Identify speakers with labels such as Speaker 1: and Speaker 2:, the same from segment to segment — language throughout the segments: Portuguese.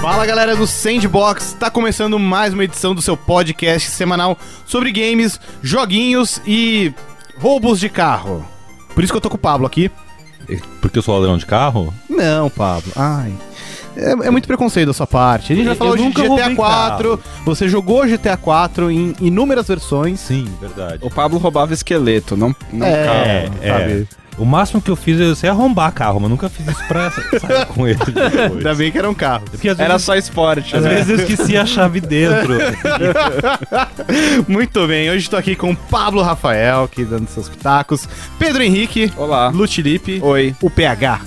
Speaker 1: Fala galera do Sandbox, tá começando mais uma edição do seu podcast semanal sobre games, joguinhos e roubos de carro. Por isso que eu tô com o Pablo aqui.
Speaker 2: Porque eu sou ladrão de carro?
Speaker 1: Não, Pablo. Ai. É, é muito preconceito da sua parte. A gente vai
Speaker 2: Eu
Speaker 1: falar hoje
Speaker 2: nunca
Speaker 1: de
Speaker 2: roubei um
Speaker 1: GTA 4. Você jogou GTA 4 em inúmeras versões.
Speaker 2: Sim, verdade.
Speaker 3: O Pablo roubava esqueleto, não, não carro.
Speaker 1: É,
Speaker 2: é. O máximo que eu fiz é sei arrombar carro, mas nunca fiz isso pra sair com ele depois.
Speaker 1: Ainda bem que era um carro.
Speaker 2: É Porque às
Speaker 3: Era
Speaker 2: vezes,
Speaker 3: só esporte,
Speaker 2: às
Speaker 3: né?
Speaker 2: vezes eu esqueci a chave dentro.
Speaker 1: Muito bem, hoje tô aqui com o Pablo Rafael, que dando seus pitacos. Pedro Henrique,
Speaker 3: Olá.
Speaker 1: Lutilipe,
Speaker 3: Oi.
Speaker 1: o PH,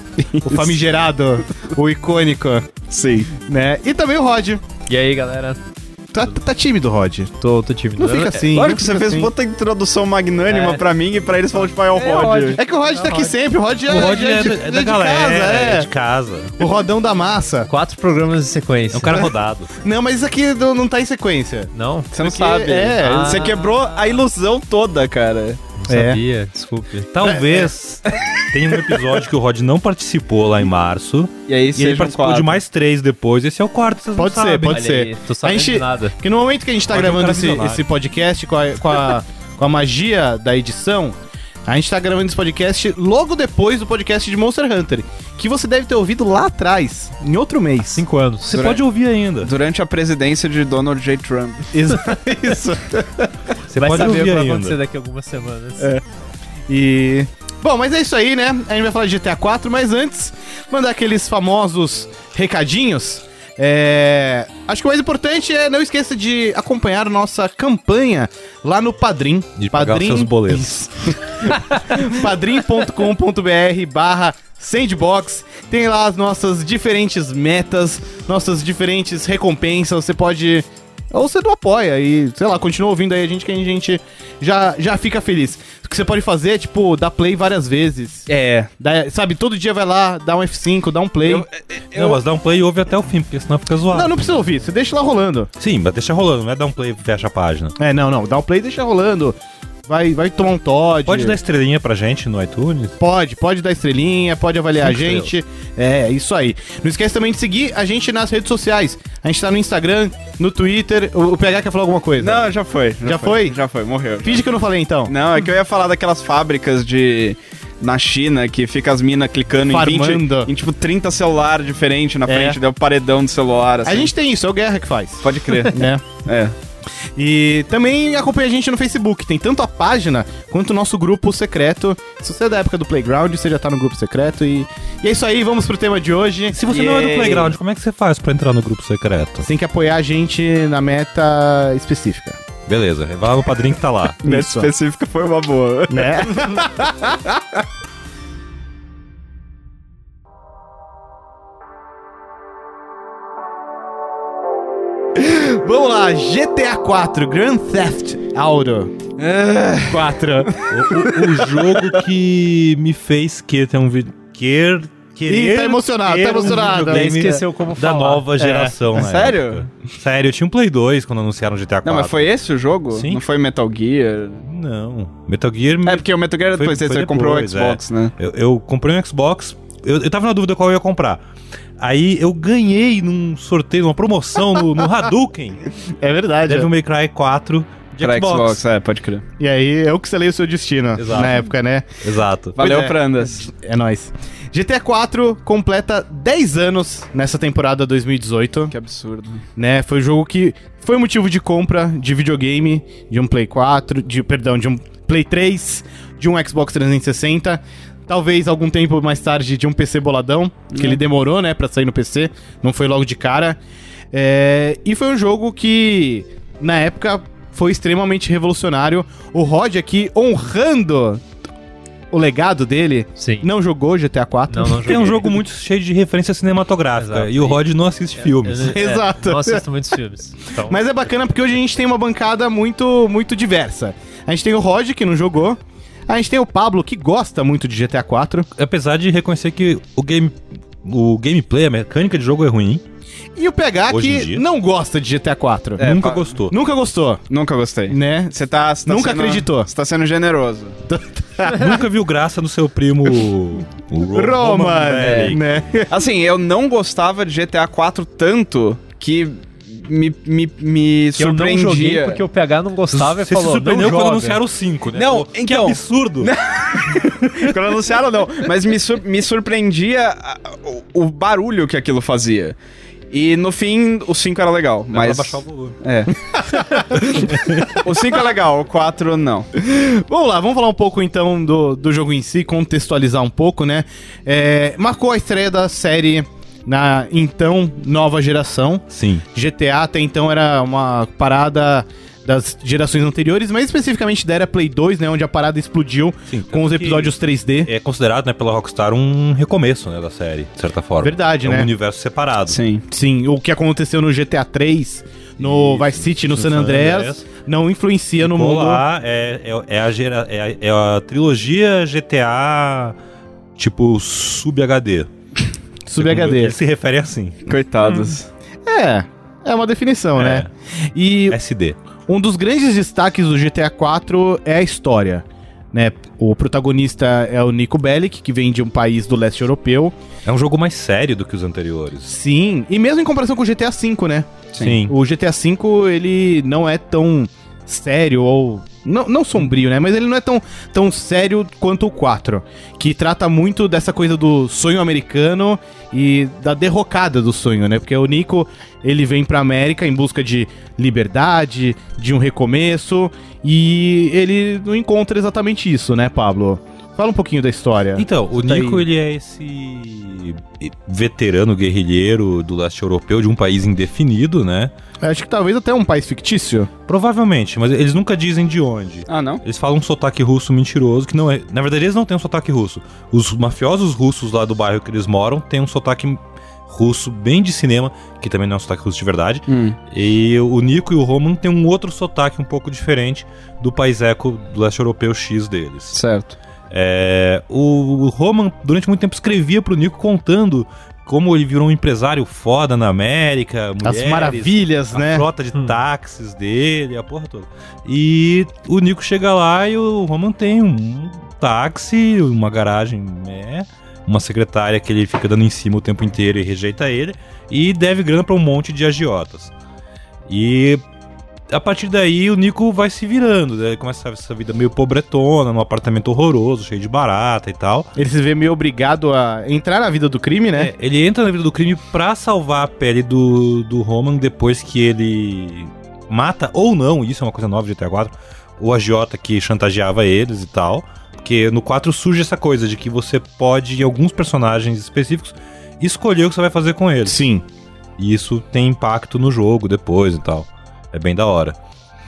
Speaker 1: o famigerado, o icônico,
Speaker 3: Sim.
Speaker 1: né? E também o Rod.
Speaker 4: E aí, galera?
Speaker 1: Tá, tá tímido, Rod.
Speaker 4: Tô, tô tímido.
Speaker 2: É,
Speaker 4: né?
Speaker 1: Não fica assim.
Speaker 3: Claro
Speaker 1: não
Speaker 3: que você
Speaker 1: fica
Speaker 3: fez
Speaker 1: assim.
Speaker 3: puta introdução magnânima
Speaker 4: É.
Speaker 3: pra mim e pra eles falam, tipo, ah, é o
Speaker 4: É,
Speaker 3: Rod.
Speaker 4: Rod.
Speaker 1: É que o Rod tá aqui
Speaker 4: Rod.
Speaker 1: sempre, o Rod é,
Speaker 2: O Rod
Speaker 1: é
Speaker 2: é,
Speaker 1: de,
Speaker 2: da-
Speaker 1: é
Speaker 2: é da
Speaker 1: de
Speaker 2: galera,
Speaker 1: casa,
Speaker 2: é.
Speaker 1: é.
Speaker 2: de casa.
Speaker 1: O rodão da massa.
Speaker 4: Quatro programas de sequência.
Speaker 2: É um cara rodado.
Speaker 1: Não, mas isso aqui não não tá em sequência.
Speaker 4: Não?
Speaker 3: Você não
Speaker 1: Porque-
Speaker 3: sabe.
Speaker 1: é.
Speaker 3: Você
Speaker 4: Ah.
Speaker 3: quebrou a ilusão toda, cara.
Speaker 4: Não
Speaker 1: É.
Speaker 4: sabia, desculpe.
Speaker 2: Talvez tenha um episódio que o Rod não participou lá em março.
Speaker 3: E aí
Speaker 2: E
Speaker 3: você
Speaker 2: ele participou de mais três depois. Esse é o quarto, vocês
Speaker 1: Pode
Speaker 2: não
Speaker 1: ser,
Speaker 2: sabem.
Speaker 1: pode
Speaker 4: Olha
Speaker 1: ser.
Speaker 4: aí, tô sabendo
Speaker 1: A gente-
Speaker 4: de nada.
Speaker 1: Porque no momento que a gente tá
Speaker 2: Rod é um
Speaker 1: gravando
Speaker 2: cara
Speaker 1: esse,
Speaker 2: visionário.
Speaker 1: esse podcast com a, com, a, com a magia da edição, a gente tá gravando esse podcast logo depois do podcast de Monster Hunter, que você deve ter ouvido lá atrás, em outro mês.
Speaker 2: Cinco anos. Você
Speaker 3: Durante-
Speaker 2: pode ouvir ainda.
Speaker 3: Durante a presidência de Donald J. Trump.
Speaker 1: Isso. isso.
Speaker 2: Você
Speaker 4: Vai
Speaker 2: pode
Speaker 4: saber o que
Speaker 2: ouvir
Speaker 4: vai
Speaker 2: ainda.
Speaker 4: acontecer daqui a algumas semanas.
Speaker 1: E. Bom, mas é isso aí, né? A gente vai falar de GTA 4, mas antes, mandar aqueles famosos recadinhos. É, Acho que o mais importante é não esqueça de acompanhar nossa campanha lá no Padrim.
Speaker 2: De pagar os seus boletos.
Speaker 1: Isso. padrim.com.br barra Sandbox, tem lá as nossas diferentes metas, nossas diferentes recompensas, você pode... Ou você não apoia e, sei lá, continua ouvindo aí a gente que a gente já, já fica feliz. O que você pode fazer é, tipo, dar play várias vezes.
Speaker 3: É.
Speaker 1: Dá- sabe, todo dia vai lá, dá um F5, dá um play.
Speaker 3: Eu- é-
Speaker 2: Não, mas dá um play e ouve até o fim, porque senão fica zoado.
Speaker 1: Não, não precisa ouvir, você deixa lá rolando.
Speaker 2: Sim, mas deixa rolando, não é dar um play e fecha a página.
Speaker 1: É, não, não, dá um play e deixa rolando. Vai, vai tomar um Todd.
Speaker 2: Pode dar estrelinha pra gente no iTunes?
Speaker 1: Pode, pode dar estrelinha, pode avaliar
Speaker 2: Cinco
Speaker 1: a gente. É, isso aí. Não esquece também de seguir a gente nas redes sociais. A gente tá no Instagram, no Twitter. O, o PH quer falar alguma coisa?
Speaker 3: Não, já foi.
Speaker 1: Já foi?
Speaker 3: Já foi, morreu.
Speaker 1: Finge que eu não falei então.
Speaker 3: Não, é que eu ia falar daquelas fábricas de. Na China, que fica as minas clicando em
Speaker 1: Farmando.
Speaker 3: 20, em tipo 30 celular diferente na
Speaker 1: É.
Speaker 3: frente, deu paredão do celular, assim.
Speaker 1: A gente tem isso, é o Guerra que faz.
Speaker 3: Pode crer.
Speaker 1: né?
Speaker 3: é.
Speaker 1: E também acompanha a gente no Facebook. Tem tanto a página quanto o nosso grupo secreto. Se você é da época do Playground, você já tá no grupo secreto. E, e é isso aí, vamos pro tema de hoje.
Speaker 2: Se você não é do
Speaker 3: Yay.
Speaker 2: Playground, como é que você faz pra entrar no grupo secreto?
Speaker 1: Você tem que apoiar a gente na meta específica.
Speaker 2: Beleza, vai lá no padrinho que tá lá.
Speaker 3: Nessa
Speaker 1: Isso.
Speaker 3: específica foi uma boa.
Speaker 1: Né? Vamos lá, GTA 4, Grand Theft Auto
Speaker 2: Ah,
Speaker 1: 4.
Speaker 2: o, o- o jogo que me fez que ter um vídeo. Quer. Querer
Speaker 1: Ih, tá emocionado,
Speaker 2: ter um
Speaker 1: tá emocionado.
Speaker 2: videogame
Speaker 1: Daí
Speaker 4: esqueceu como
Speaker 2: da
Speaker 4: falar.
Speaker 2: nova geração, né?
Speaker 3: Sério?
Speaker 2: Sério, eu tinha um Play 2 quando anunciaram o GTA 4.
Speaker 3: Não, mas foi esse o jogo?
Speaker 2: Ah, Sim.
Speaker 3: Não foi Metal Gear?
Speaker 2: Não. Metal Gear.
Speaker 3: É, porque o Metal Gear
Speaker 2: Foi-
Speaker 3: depois
Speaker 2: foi
Speaker 3: você comprou o
Speaker 2: depois,
Speaker 3: Xbox, né?
Speaker 2: Eu, eu comprei um Xbox. Eu, eu tava na dúvida qual eu ia comprar. Aí eu ganhei num sorteio, numa promoção no, no Hadouken.
Speaker 1: É verdade.
Speaker 2: Devil May Cry 4 de
Speaker 3: Pra Xbox.
Speaker 2: Xbox.
Speaker 3: é, pode crer.
Speaker 1: E aí, eu que selei o seu destino
Speaker 2: Exato.
Speaker 1: na época, né?
Speaker 2: Exato.
Speaker 3: Valeu,
Speaker 1: é.
Speaker 3: Prandas.
Speaker 1: É nóis. GTA 4 completa 10 anos nessa temporada 2018.
Speaker 3: Que absurdo.
Speaker 1: né? Foi o jogo que foi motivo de compra de videogame, de um Play 4, de, perdão, de um Play 3, de um Xbox 360, talvez algum tempo mais tarde de um PC boladão, que ele demorou, né, para sair no PC, não foi logo de cara. É, e foi um jogo que na época foi extremamente revolucionário. O Rod aqui honrando o legado dele,
Speaker 4: Sim.
Speaker 1: não jogou GTA 4.
Speaker 4: Não, não
Speaker 2: Tem um
Speaker 4: joguei.
Speaker 2: jogo muito cheio de referência cinematográfica.
Speaker 4: Exato.
Speaker 2: E o Rod não assiste filmes.
Speaker 4: Eu- é,
Speaker 1: Exato.
Speaker 4: Não assisto muitos filmes. Então,
Speaker 1: Mas é bacana porque hoje a gente tem uma bancada muito, muito diversa. A gente tem o Rod, que não jogou. A gente tem o Pablo, que gosta muito de GTA 4.
Speaker 2: Apesar de reconhecer que o game. O gameplay, a mecânica de jogo é ruim.
Speaker 1: E o PH,
Speaker 2: Hoje em
Speaker 1: que
Speaker 2: dia.
Speaker 1: não gosta de GTA 4.
Speaker 3: É,
Speaker 2: nunca
Speaker 3: pa-
Speaker 2: gostou.
Speaker 1: Nunca gostou,
Speaker 3: Nunca gostei.
Speaker 1: né?
Speaker 3: Você tá, você tá
Speaker 1: Nunca
Speaker 3: sendo-
Speaker 1: acreditou.
Speaker 3: Você tá sendo generoso.
Speaker 2: Nunca viu graça no seu primo o Ro-
Speaker 1: Roma,
Speaker 2: Roman
Speaker 1: né?
Speaker 3: Assim, eu não gostava de GTA 4 tanto que me, me, me
Speaker 4: eu não joguei
Speaker 3: surpreendia.
Speaker 4: porque o PH não gostava e
Speaker 2: Você
Speaker 4: falou,
Speaker 2: se surpreendeu
Speaker 4: não
Speaker 2: quando
Speaker 4: joga.
Speaker 2: anunciaram o 5, né?
Speaker 3: Não,
Speaker 2: que
Speaker 3: então-
Speaker 2: absurdo.
Speaker 3: Quando anunciaram, não. Mas me, sur- me surpreendia a- o, o barulho que aquilo fazia. E no fim, o 5 era legal, mas...
Speaker 2: baixar o volume.
Speaker 3: É. o 5 é legal, o 4 não.
Speaker 1: Vamos lá, vamos falar um pouco então do, do jogo em si, contextualizar um pouco, né? É, marcou a estreia da série na então nova geração.
Speaker 2: Sim.
Speaker 1: GTA até então era uma parada das gerações anteriores, mas especificamente da era Play 2, né? Onde a parada explodiu
Speaker 2: Sim,
Speaker 1: com os
Speaker 2: tanto que-
Speaker 1: episódios 3D.
Speaker 2: É considerado, né, pela Rockstar um recomeço, né, da série, de certa forma.
Speaker 1: Verdade,
Speaker 2: é um
Speaker 1: né?
Speaker 2: universo separado.
Speaker 3: Sim.
Speaker 1: Sim, o que aconteceu no GTA 3, no
Speaker 2: Isso,
Speaker 1: Vice City, no
Speaker 2: no
Speaker 1: San
Speaker 2: San
Speaker 1: Andreas,
Speaker 2: Andreas.
Speaker 1: não influencia no
Speaker 2: Vou
Speaker 1: mundo.
Speaker 2: lá, é, é, é a gera- é a- é a trilogia GTA, tipo, sub-HD.
Speaker 1: Sub-HD.
Speaker 2: Ele se refere assim,
Speaker 3: Coitados.
Speaker 1: É, é uma definição,
Speaker 2: É.
Speaker 1: né? E
Speaker 2: SD.
Speaker 1: Um dos grandes destaques do GTA IV é a história. Né? O protagonista é o Nico Bellic, que vem de um país do leste europeu.
Speaker 2: É um jogo mais sério do que os anteriores.
Speaker 1: Sim, e mesmo em comparação com o GTA V, né?
Speaker 2: Sim.
Speaker 1: O GTA V, ele não é tão sério ou... Não, não sombrio, né? Mas ele não é tão, tão sério quanto o 4, que trata muito dessa coisa do sonho americano e da derrocada do sonho, né? Porque o Nico, ele vem pra América em busca de liberdade, de um recomeço, e ele não encontra exatamente isso, né, Pablo? Fala um pouquinho da história.
Speaker 2: Então, o
Speaker 1: Tá aí.
Speaker 2: Nico, ele é esse veterano guerrilheiro do leste europeu de um país indefinido, né?
Speaker 1: Acho que talvez até um país fictício.
Speaker 2: Provavelmente, mas eles nunca dizem de onde.
Speaker 3: Ah, não?
Speaker 2: Eles falam um sotaque russo mentiroso, que não é. Na verdade, eles não têm um sotaque russo. Os mafiosos russos lá do bairro que eles moram têm um sotaque russo bem de cinema, que também não é um sotaque russo de verdade.
Speaker 3: Hum,
Speaker 2: E o Nico e o Roman têm um outro sotaque um pouco diferente do país eco do leste europeu X deles.
Speaker 3: Certo.
Speaker 2: É, o Roman, durante muito tempo, escrevia pro Nico contando como ele virou um empresário foda na América, mulheres,
Speaker 1: As maravilhas,
Speaker 2: a
Speaker 1: né?
Speaker 2: frota de
Speaker 4: Hum.
Speaker 2: táxis dele, a porra toda. E o Nico chega lá e o Roman tem um táxi, uma garagem, né? Uma secretária que ele fica dando em cima o tempo inteiro e rejeita ele. E deve grana pra um monte de agiotas. E a partir daí o Nico vai se virando, né? Ele começa essa vida meio pobretona, num apartamento horroroso, cheio de barata e tal.
Speaker 1: Ele se vê meio obrigado a entrar na vida do crime, né?
Speaker 2: É, ele entra na vida do crime pra salvar a pele do, do Roman depois que ele mata, ou não, isso é uma coisa nova de GTA 4, o agiota que chantageava eles e tal. Porque no 4 surge essa coisa de que você pode, em alguns personagens específicos, escolher o que você vai fazer com eles.
Speaker 1: Sim.
Speaker 2: E isso tem impacto no jogo depois e tal. É bem da hora.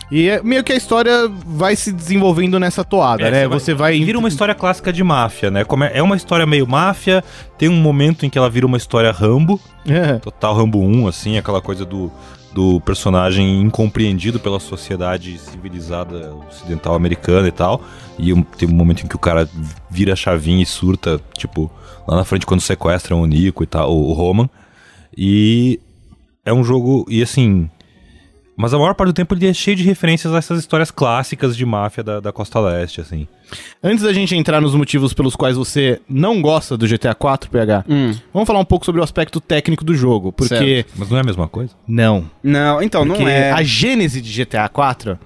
Speaker 1: E é meio que a história vai se desenvolvendo nessa toada,
Speaker 2: É,
Speaker 1: né? Você
Speaker 2: você
Speaker 1: vai.
Speaker 2: Vira uma história clássica de máfia, né? Como é é uma história meio máfia, tem um momento em que ela vira uma história Rambo,
Speaker 1: É.
Speaker 2: total Rambo 1, assim, aquela coisa do, do personagem incompreendido pela sociedade civilizada ocidental americana e tal. E um- tem um momento em que o cara vira a chavinha e surta, tipo, lá na frente quando sequestram o Nico e tal, o o Roman. E é um jogo, e assim. Mas a maior parte do tempo ele é cheio de referências a essas histórias clássicas de máfia da, da Costa Leste, assim.
Speaker 1: Antes da gente entrar nos motivos pelos quais você não gosta do GTA 4, PH,
Speaker 3: Hum.
Speaker 1: vamos falar um pouco sobre o aspecto técnico do jogo. Porque.
Speaker 2: Mas não é a mesma coisa?
Speaker 1: Não.
Speaker 3: Não, então,
Speaker 1: Porque
Speaker 3: não é.
Speaker 1: a gênese de GTA 4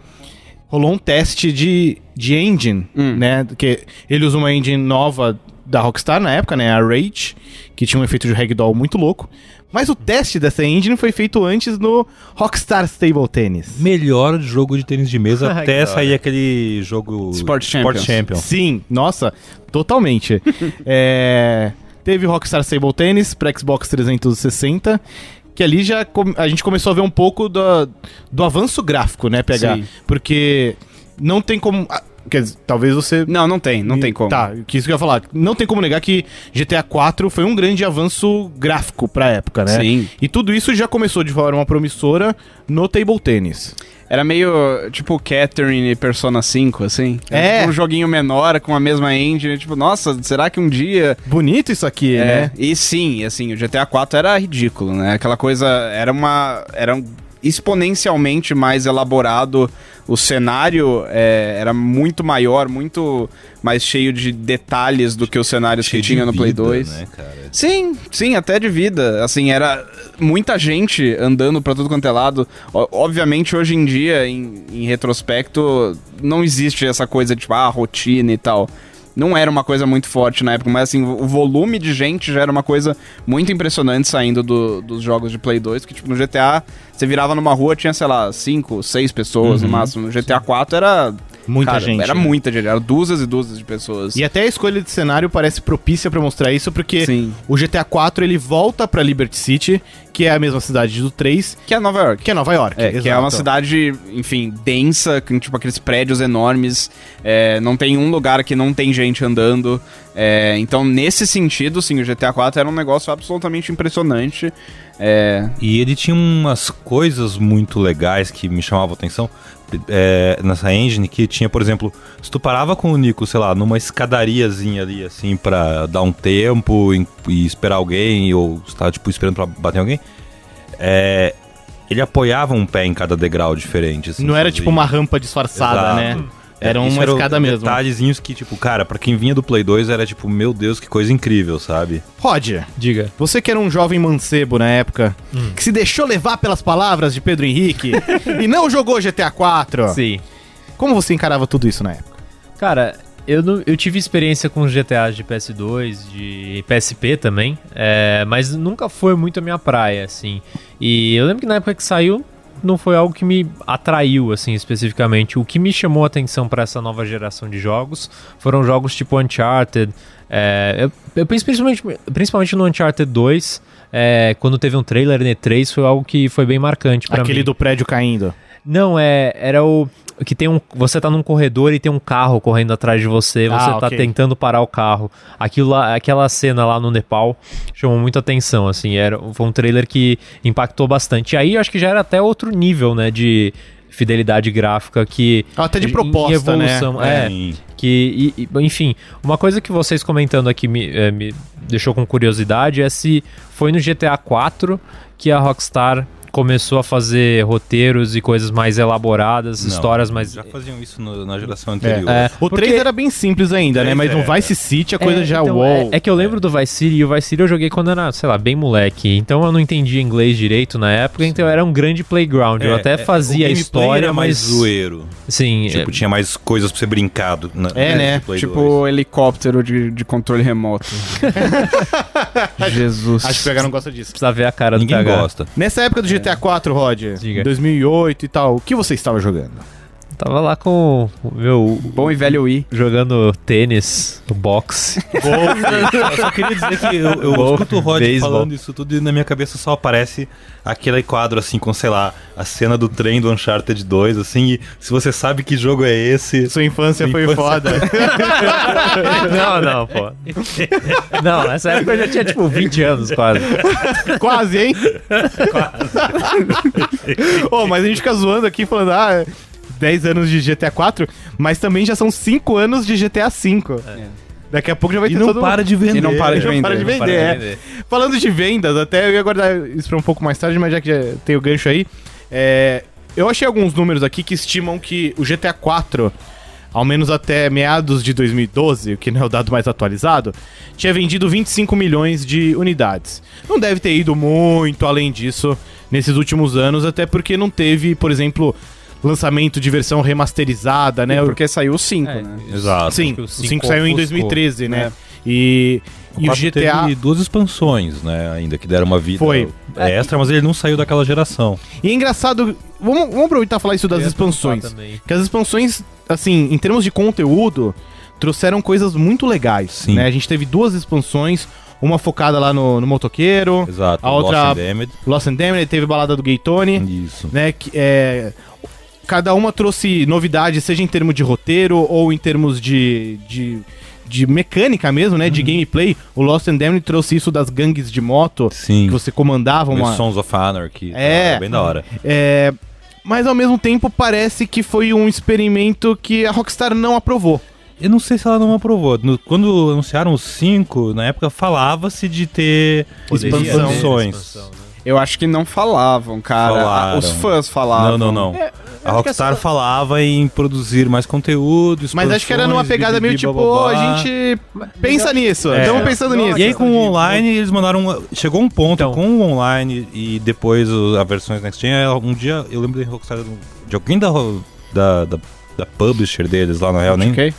Speaker 1: rolou um teste de, de engine,
Speaker 3: Hum.
Speaker 1: né? Porque ele usa uma engine nova da Rockstar na época, né? A Rage, que tinha um efeito de ragdoll muito louco. Mas o teste dessa engine foi feito antes no Rockstar Stable Tennis.
Speaker 2: Melhor jogo de tênis de mesa
Speaker 4: Ai,
Speaker 2: até
Speaker 4: cara.
Speaker 2: sair aquele jogo.
Speaker 3: Sport Champions.
Speaker 2: Champion.
Speaker 1: Sim, nossa, totalmente. É, teve Rockstar Sable Tennis pra Xbox 360, que ali já com- a gente começou a ver um pouco do, do avanço gráfico, né, PH?
Speaker 3: Sim.
Speaker 1: Porque não tem como. ah, Quer dizer, talvez você.
Speaker 3: Não, não tem, não tem como.
Speaker 1: Tá, que isso que eu ia falar. Não tem como negar que GTA IV foi um grande avanço gráfico pra época, né?
Speaker 3: Sim.
Speaker 1: E tudo isso já começou de forma promissora no table tennis.
Speaker 3: Era meio tipo Catherine e Persona 5, assim.
Speaker 1: É.
Speaker 3: Era tipo um joguinho menor com a mesma engine. Tipo, nossa, será que um dia.
Speaker 1: Bonito isso aqui,
Speaker 3: É,
Speaker 1: né?
Speaker 3: E sim, assim, o GTA 4 era ridículo, né? Aquela coisa. Era uma. Era um exponencialmente mais elaborado, o cenário é, era muito maior, muito mais cheio de detalhes do que os cenários
Speaker 2: Cheio
Speaker 3: que
Speaker 2: de
Speaker 3: tinha no Play
Speaker 2: vida,
Speaker 3: 2.
Speaker 2: Né, cara?
Speaker 3: Sim, sim, até de vida. Assim, era muita gente andando pra tudo quanto é lado. O- obviamente, hoje em dia, em, em retrospecto, não existe essa coisa de, tipo, ah, rotina e tal. Não era uma coisa muito forte na época, mas assim, o volume de gente já era uma coisa muito impressionante saindo do- dos jogos de Play 2, que tipo, no GTA, você virava numa rua, tinha, sei lá, cinco, seis pessoas no máximo. No GTA 4 era...
Speaker 1: Uhum. Muita
Speaker 3: cara,
Speaker 1: gente,
Speaker 3: Era
Speaker 1: né?
Speaker 3: muita gente, era dúzias e dúzias de pessoas.
Speaker 1: E até a escolha de cenário parece propícia pra mostrar isso, porque
Speaker 3: Sim.
Speaker 1: o GTA IV ele volta pra Liberty City, que é a mesma cidade do 3,
Speaker 3: Que é Nova York.
Speaker 1: que é Nova York.
Speaker 3: É, que é
Speaker 1: exato.
Speaker 3: uma cidade, enfim, densa, com tipo aqueles prédios enormes. é, não tem um lugar que não tem gente andando. é, então, nesse sentido, sim, o GTA IV era um negócio absolutamente impressionante. É,
Speaker 2: E ele tinha umas coisas muito legais que me chamavam a atenção é, nessa engine, que tinha, por exemplo, se tu parava com o Nico, sei lá, numa escadariazinha ali, assim, pra dar um tempo e, e esperar alguém, ou você tava, tipo, esperando pra bater em alguém, é, ele apoiava um pé em cada degrau diferente. assim,
Speaker 1: Não era
Speaker 2: fazia-
Speaker 1: tipo uma rampa disfarçada,
Speaker 2: Exato.
Speaker 1: né?
Speaker 4: É,
Speaker 1: Era
Speaker 2: isso
Speaker 1: uma
Speaker 2: o-
Speaker 1: escada mesmo.
Speaker 2: Detalhezinhos que, tipo, cara, pra quem vinha do Play 2 era tipo, meu Deus, que coisa incrível, sabe?
Speaker 1: Roger,
Speaker 4: Diga.
Speaker 1: Você que era um jovem mancebo na época,
Speaker 4: Hum.
Speaker 1: que se deixou levar pelas palavras de Pedro Henrique e não jogou GTA
Speaker 2: Tá.
Speaker 1: IV.
Speaker 4: Sim.
Speaker 1: Como você encarava tudo isso na época?
Speaker 4: Cara, eu, não- eu tive experiência com os GTAs de PS2, de PSP também, é, mas nunca foi muito a minha praia, assim. E eu lembro que na época que saiu, não foi algo que me atraiu, assim, especificamente. O que me chamou a atenção pra essa nova geração de jogos foram jogos tipo Uncharted. é, eu, eu penso principalmente, principalmente no Uncharted 2, é, quando teve um trailer E3, foi algo que foi bem marcante pra
Speaker 1: Aquele
Speaker 4: mim.
Speaker 1: do prédio caindo.
Speaker 4: Não, é, era o que tem um, você tá num corredor e tem um carro correndo atrás de você, você
Speaker 1: Ah,
Speaker 4: tá
Speaker 1: ok.
Speaker 4: tentando parar o carro. Aquilo lá- aquela cena lá no Nepal chamou muita atenção, assim, era, foi um trailer que impactou bastante. E aí eu acho que já era até outro nível, né, de fidelidade gráfica que
Speaker 1: Até de
Speaker 4: em- em
Speaker 1: proposta, né?
Speaker 4: evolução, É,
Speaker 2: Em-
Speaker 4: que, e- e- enfim, uma coisa que vocês comentando aqui me, eh, me deixou com curiosidade é se foi no GTA 4 que a Rockstar começou a fazer roteiros e coisas mais elaboradas,
Speaker 2: Não,
Speaker 4: histórias mais.
Speaker 2: Já faziam isso no- na geração anterior.
Speaker 4: É.
Speaker 1: O
Speaker 4: Porque-
Speaker 1: 3 era bem simples ainda, né?
Speaker 2: Três
Speaker 1: Mas no
Speaker 2: era.
Speaker 1: Vice City a coisa
Speaker 4: É,
Speaker 1: já
Speaker 4: então,
Speaker 1: uou.
Speaker 4: É, é que eu lembro do Vice City e o Vice City eu joguei quando era, sei lá, bem moleque. Então eu não entendia inglês direito na época, então era um grande playground. eu
Speaker 2: É,
Speaker 4: até
Speaker 2: é,
Speaker 4: fazia
Speaker 2: o
Speaker 4: a
Speaker 2: gameplay
Speaker 4: história,
Speaker 2: era mais
Speaker 4: mas. É.
Speaker 2: zoeiro.
Speaker 4: Sim,
Speaker 2: Tipo, tinha mais coisas pra ser brincado. Na,
Speaker 1: É,
Speaker 2: no
Speaker 1: né?
Speaker 2: Play
Speaker 3: tipo
Speaker 2: 2.
Speaker 3: helicóptero de, de controle remoto. Jesus.
Speaker 1: Acho que o PH não gosta disso.
Speaker 4: precisa ver a cara do
Speaker 2: Ninguém
Speaker 4: PH.
Speaker 2: gosta.
Speaker 1: Nessa época do GTA IV, Roger,
Speaker 4: Diga.
Speaker 1: 2008 e tal, o que você estava jogando?
Speaker 4: Tava lá com o meu
Speaker 3: Bom e velho Wii.
Speaker 4: jogando tênis, boxe.
Speaker 2: Eu só queria dizer que eu, eu
Speaker 4: Bom,
Speaker 2: escuto o Rod
Speaker 4: beisebol.
Speaker 2: falando isso tudo e na minha cabeça só aparece aquele quadro, assim, com, sei lá, a cena do trem do Uncharted 2, assim, e se você sabe que jogo é esse...
Speaker 1: Sua infância
Speaker 2: Sua
Speaker 1: foi
Speaker 2: infância-
Speaker 1: foda.
Speaker 4: Não, não, pô. Não, nessa época eu já tinha tipo 20 anos quase.
Speaker 1: Quase, hein? Quase. oh, mas a gente fica zoando aqui falando, ah, 10 anos de GTA 4, mas também já são 5 anos de GTA 5. Daqui a pouco já vai ter todo
Speaker 2: de vender.
Speaker 3: E não para de
Speaker 1: Não para de
Speaker 3: vender.
Speaker 1: vender. é. Falando de vendas, até eu ia guardar isso pra um pouco mais tarde, mas já que já tem o gancho aí, é, eu achei alguns números aqui que estimam que o GTA 4, ao menos até meados de 2012, o que não é o dado mais atualizado, tinha vendido 25 milhões de unidades. Não deve ter ido muito além disso nesses últimos anos, até porque não teve, por exemplo, lançamento de versão remasterizada, né?
Speaker 3: Porque saiu o 5,
Speaker 4: É,
Speaker 3: né?
Speaker 2: Exato.
Speaker 1: Sim,
Speaker 4: que o
Speaker 1: o 5
Speaker 4: cinco
Speaker 1: saiu em
Speaker 4: ofuscou,
Speaker 1: 2013, né?
Speaker 3: né?
Speaker 1: E, e o
Speaker 2: quatro
Speaker 1: GTA...
Speaker 2: teve duas expansões, né, ainda, que deram uma vida
Speaker 1: Foi.
Speaker 2: extra, mas ele não saiu daquela geração.
Speaker 1: E é engraçado. Vamos, vamos aproveitar e falar isso das expansões. Que as expansões, assim, em termos de conteúdo, trouxeram coisas muito legais.
Speaker 2: Sim.
Speaker 1: Né? A gente teve duas expansões, uma focada lá no, no motoqueiro,
Speaker 2: Exato.
Speaker 1: A outra-
Speaker 2: Lost and Damned.
Speaker 1: Lost and Damned, teve balada do Gaitone,
Speaker 2: Isso.
Speaker 1: né? Que, é, cada uma trouxe novidades, seja em termos de roteiro ou em termos de. de de mecânica mesmo, né? De
Speaker 2: Uhum.
Speaker 1: gameplay. O Lost and Damned trouxe isso das gangues de moto.
Speaker 2: Sim.
Speaker 1: Que você comandava
Speaker 2: Meus
Speaker 1: uma...
Speaker 2: Sons of Anarchy. tá?
Speaker 1: É.
Speaker 2: Bem da hora.
Speaker 1: É, mas ao mesmo tempo parece que foi um experimento que a Rockstar não aprovou.
Speaker 2: Eu não sei se ela não aprovou. No- quando anunciaram os cinco, na época falava-se de ter
Speaker 1: Poderia ter né?
Speaker 2: expansões.
Speaker 3: Eu acho que não falavam, cara. Ah,
Speaker 2: Falaram.
Speaker 3: Os fãs
Speaker 2: Não,
Speaker 3: falavam.
Speaker 2: não, não.
Speaker 1: É,
Speaker 2: a Rockstar falava em produzir mais conteúdo,
Speaker 1: Mas acho que era numa pegada meio tipo,
Speaker 2: ó,
Speaker 1: "Ô, a gente Então. pensa nisso,
Speaker 4: É.
Speaker 1: estamos pensando nisso.
Speaker 2: E aí com o online eles mandaram. um- Chegou um ponto
Speaker 4: Então.
Speaker 2: com o online e depois o- a versões Next Gen. ela- Um dia eu lembro de Rockstar de alguém da, ro- da, da, da publisher deles lá na real, nem.
Speaker 3: Ok?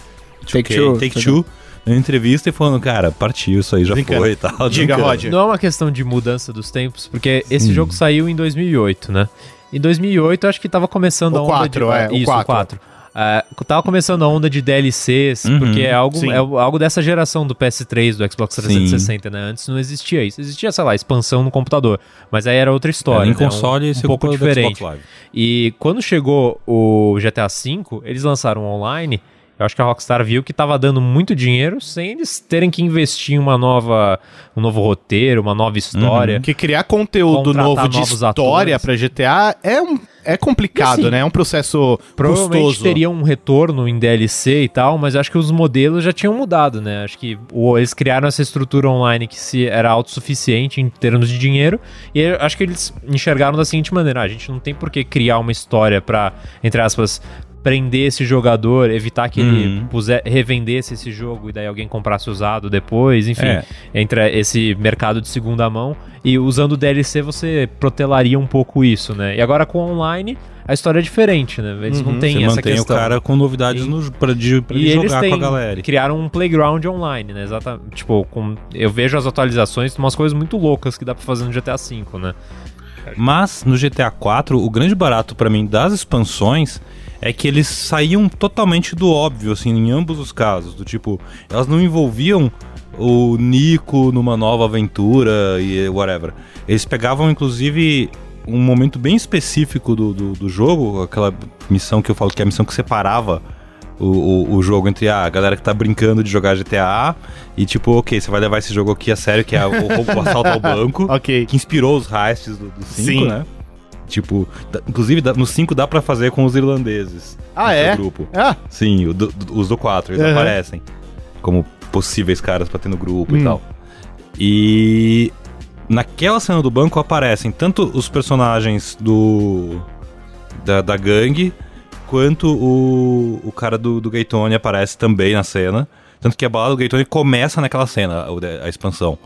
Speaker 2: Take Two. Take Two. Em tá entrevista e falando, cara, partiu, isso aí já
Speaker 1: Brincando.
Speaker 2: foi e tal.
Speaker 1: Diga,
Speaker 2: brincando.
Speaker 1: Roger.
Speaker 4: Não é uma questão de mudança dos tempos, porque esse
Speaker 2: Sim.
Speaker 4: jogo saiu em 2008, né? Em 2008, eu acho que tava começando
Speaker 1: O
Speaker 4: a onda
Speaker 1: quatro,
Speaker 4: de...
Speaker 1: é, o
Speaker 4: Isso,
Speaker 1: quatro.
Speaker 4: quatro. Ah, tava começando a onda de DLCs,
Speaker 2: Uhum,
Speaker 4: porque é algo,
Speaker 1: sim.
Speaker 4: é algo dessa geração do PS3, do Xbox 360, né? Antes não existia isso. Existia, sei lá, expansão no computador. Mas aí era outra história.
Speaker 2: Era em
Speaker 4: né? Um-
Speaker 2: console e
Speaker 4: um pouco diferente.
Speaker 2: Xbox Live.
Speaker 4: E quando chegou o GTA V, eles lançaram online. Eu acho que a Rockstar viu que estava dando muito dinheiro sem eles terem que investir em uma nova, um novo roteiro, uma nova história.
Speaker 1: Que criar conteúdo
Speaker 4: Contratar
Speaker 1: novo de
Speaker 4: novos
Speaker 1: história pra
Speaker 4: atores.
Speaker 1: GTA é, um, é complicado,
Speaker 4: E assim,
Speaker 1: né? É um processo
Speaker 4: Provavelmente
Speaker 1: custoso.
Speaker 4: teria um retorno em DLC e tal, mas eu acho que os modelos já tinham mudado, né? Acho que o- eles criaram essa estrutura online que se era autossuficiente em termos de dinheiro, e eu acho que eles enxergaram da seguinte maneira: "Ah, a gente não tem por que criar uma história pra, entre aspas, prender esse jogador, evitar que ele
Speaker 2: Uhum.
Speaker 4: puse- revendesse esse jogo e daí alguém comprasse usado depois, enfim,
Speaker 2: É.
Speaker 4: entre esse mercado de segunda mão e usando o DLC você protelaria um pouco isso, né? E agora com online a história é diferente, né? Eles
Speaker 1: Uhum.
Speaker 4: não têm
Speaker 2: Você
Speaker 4: essa
Speaker 2: mantém
Speaker 4: questão.
Speaker 2: o cara com novidades
Speaker 4: E-
Speaker 2: no, pra, de, pra
Speaker 4: e
Speaker 2: ele
Speaker 4: eles
Speaker 2: jogar
Speaker 4: têm,
Speaker 2: com a galera.
Speaker 4: criaram um playground online, né? Exatamente. Tipo, com- eu vejo as atualizações, umas coisas muito loucas que dá pra fazer no GTA V, né?
Speaker 2: Mas no GTA 4, o grande barato pra mim das expansões é que eles saíam totalmente do óbvio, assim, em ambos os casos. Do tipo, elas não envolviam o Nico numa nova aventura e whatever. Eles pegavam, inclusive, um momento bem específico do, do, do jogo, aquela missão que eu falo que é a missão que separava o, o, o jogo entre a galera que tá brincando de jogar GTA e tipo, ok, você vai levar esse jogo aqui a sério, que é o, o assalto ao banco
Speaker 1: Ok.
Speaker 2: que inspirou os heists do 5,
Speaker 1: Sim.
Speaker 2: né? Tipo, da- inclusive dá- no 5 dá pra fazer com os irlandeses.
Speaker 1: Ah,
Speaker 2: no seu
Speaker 1: é?
Speaker 2: grupo.
Speaker 1: Ah,
Speaker 2: Sim, o do- do- os do 4, eles
Speaker 1: Aham.
Speaker 2: aparecem como possíveis caras pra ter no grupo
Speaker 1: Hum.
Speaker 2: e tal. E naquela cena do banco aparecem tanto os personagens do da, da gangue, quanto o, o cara do, do Gaitone aparece também na cena. Tanto que a balada do Gaitone começa naquela cena, o de- a expansão.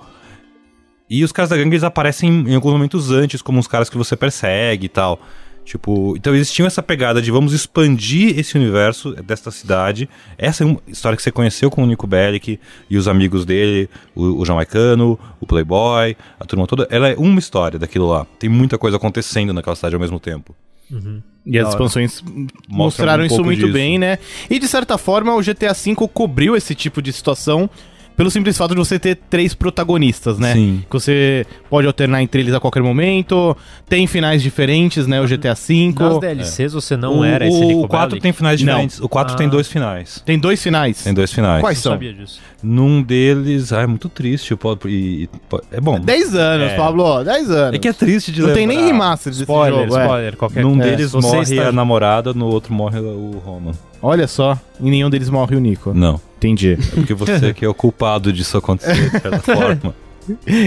Speaker 2: E os caras da gangue eles aparecem em alguns momentos antes, como os caras que você persegue e tal. Tipo, então eles tinham essa pegada de vamos expandir esse universo desta cidade. Essa é uma história que você conheceu com o Nico Bellic e os amigos dele, o, o jamaicano, o playboy, a turma toda. Ela é uma história daquilo lá. Tem muita coisa acontecendo naquela cidade ao mesmo tempo.
Speaker 1: E as
Speaker 4: Da hora.
Speaker 1: expansões
Speaker 2: um
Speaker 1: mostraram isso
Speaker 2: pouco
Speaker 1: muito
Speaker 2: disso.
Speaker 1: bem, né? E de certa forma, o GTA V cobriu esse tipo de situação pelo simples fato de você ter três protagonistas, né?
Speaker 2: Sim.
Speaker 1: Que você pode alternar entre eles a qualquer momento, tem finais diferentes, né? O GTA V.
Speaker 4: Nas DLCs você não
Speaker 2: o,
Speaker 4: era esse
Speaker 2: o,
Speaker 4: Nico
Speaker 2: 4
Speaker 4: Bellic?
Speaker 2: tem finais
Speaker 1: Não.
Speaker 2: diferentes. O 4
Speaker 4: Ah.
Speaker 2: tem dois finais.
Speaker 1: Tem dois finais.
Speaker 2: Tem dois finais.
Speaker 1: Quais
Speaker 4: Não
Speaker 1: são?
Speaker 4: sabia disso.
Speaker 2: Num deles. Ah, é muito triste. pô, e- e- pô, é bom.
Speaker 1: Dez anos,
Speaker 2: É.
Speaker 1: Pablo, dez anos.
Speaker 2: É que é triste de
Speaker 1: Não tem
Speaker 2: lembrar.
Speaker 1: nem remaster desse
Speaker 4: Spoiler,
Speaker 1: jogo, é.
Speaker 4: spoiler, qualquer
Speaker 2: Num
Speaker 4: é,
Speaker 2: deles
Speaker 4: se você
Speaker 2: morre
Speaker 4: está-
Speaker 2: a namorada, no outro morre o Roman.
Speaker 1: Olha só, em nenhum deles morre o Nico.
Speaker 2: Não.
Speaker 1: Entendi.
Speaker 2: É porque você que é o culpado disso acontecer, de certa forma.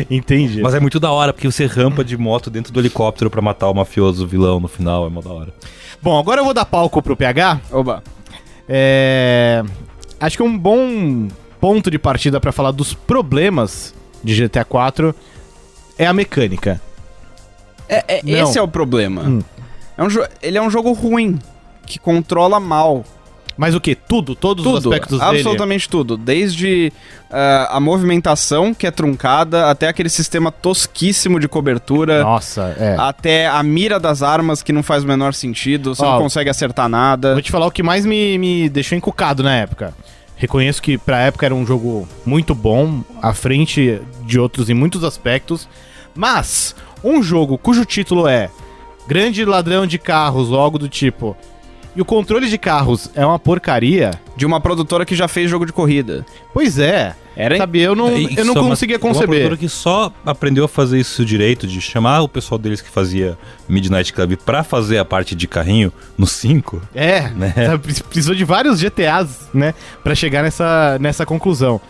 Speaker 1: Entendi.
Speaker 2: Mas é muito da hora, porque você rampa de moto dentro do helicóptero pra matar o mafioso, o vilão no final. É mó da hora.
Speaker 1: Bom, agora eu vou dar palco pro PH.
Speaker 3: Oba.
Speaker 1: É, Acho que um bom ponto de partida pra falar dos problemas de GTA IV é a mecânica.
Speaker 3: É, é-
Speaker 1: Não.
Speaker 3: esse é o problema.
Speaker 1: Hum.
Speaker 3: É um jo- ele é um jogo ruim, que controla mal
Speaker 1: Mas o que? Tudo, todos os
Speaker 3: tudo,
Speaker 1: aspectos dele.
Speaker 3: absolutamente tudo. Desde ah, a movimentação, que é truncada, até aquele sistema tosquíssimo de cobertura...
Speaker 1: Nossa, é.
Speaker 3: Até a mira das armas que não faz o menor sentido, você
Speaker 1: Ó,
Speaker 3: não consegue acertar nada.
Speaker 1: Vou te falar o que mais me, me deixou encucado na época. Reconheço que pra época era um jogo muito bom, à frente de outros em muitos aspectos, mas um jogo cujo título é Grande Ladrão de Carros ou algo do tipo, e o controle de carros é uma porcaria,
Speaker 3: De uma produtora que já fez jogo de corrida.
Speaker 1: pois é.
Speaker 3: Era
Speaker 1: Sabe, eu não, eu
Speaker 2: E
Speaker 1: não
Speaker 2: isso é uma-
Speaker 1: conseguia
Speaker 2: Uma
Speaker 1: conceber.
Speaker 2: produtora que só aprendeu a fazer isso direito, de chamar o pessoal deles que fazia Midnight Club pra fazer a parte de carrinho no 5.
Speaker 1: tá, né, É, sabe, precisou de vários GTAs, né, Pra chegar nessa, nessa conclusão.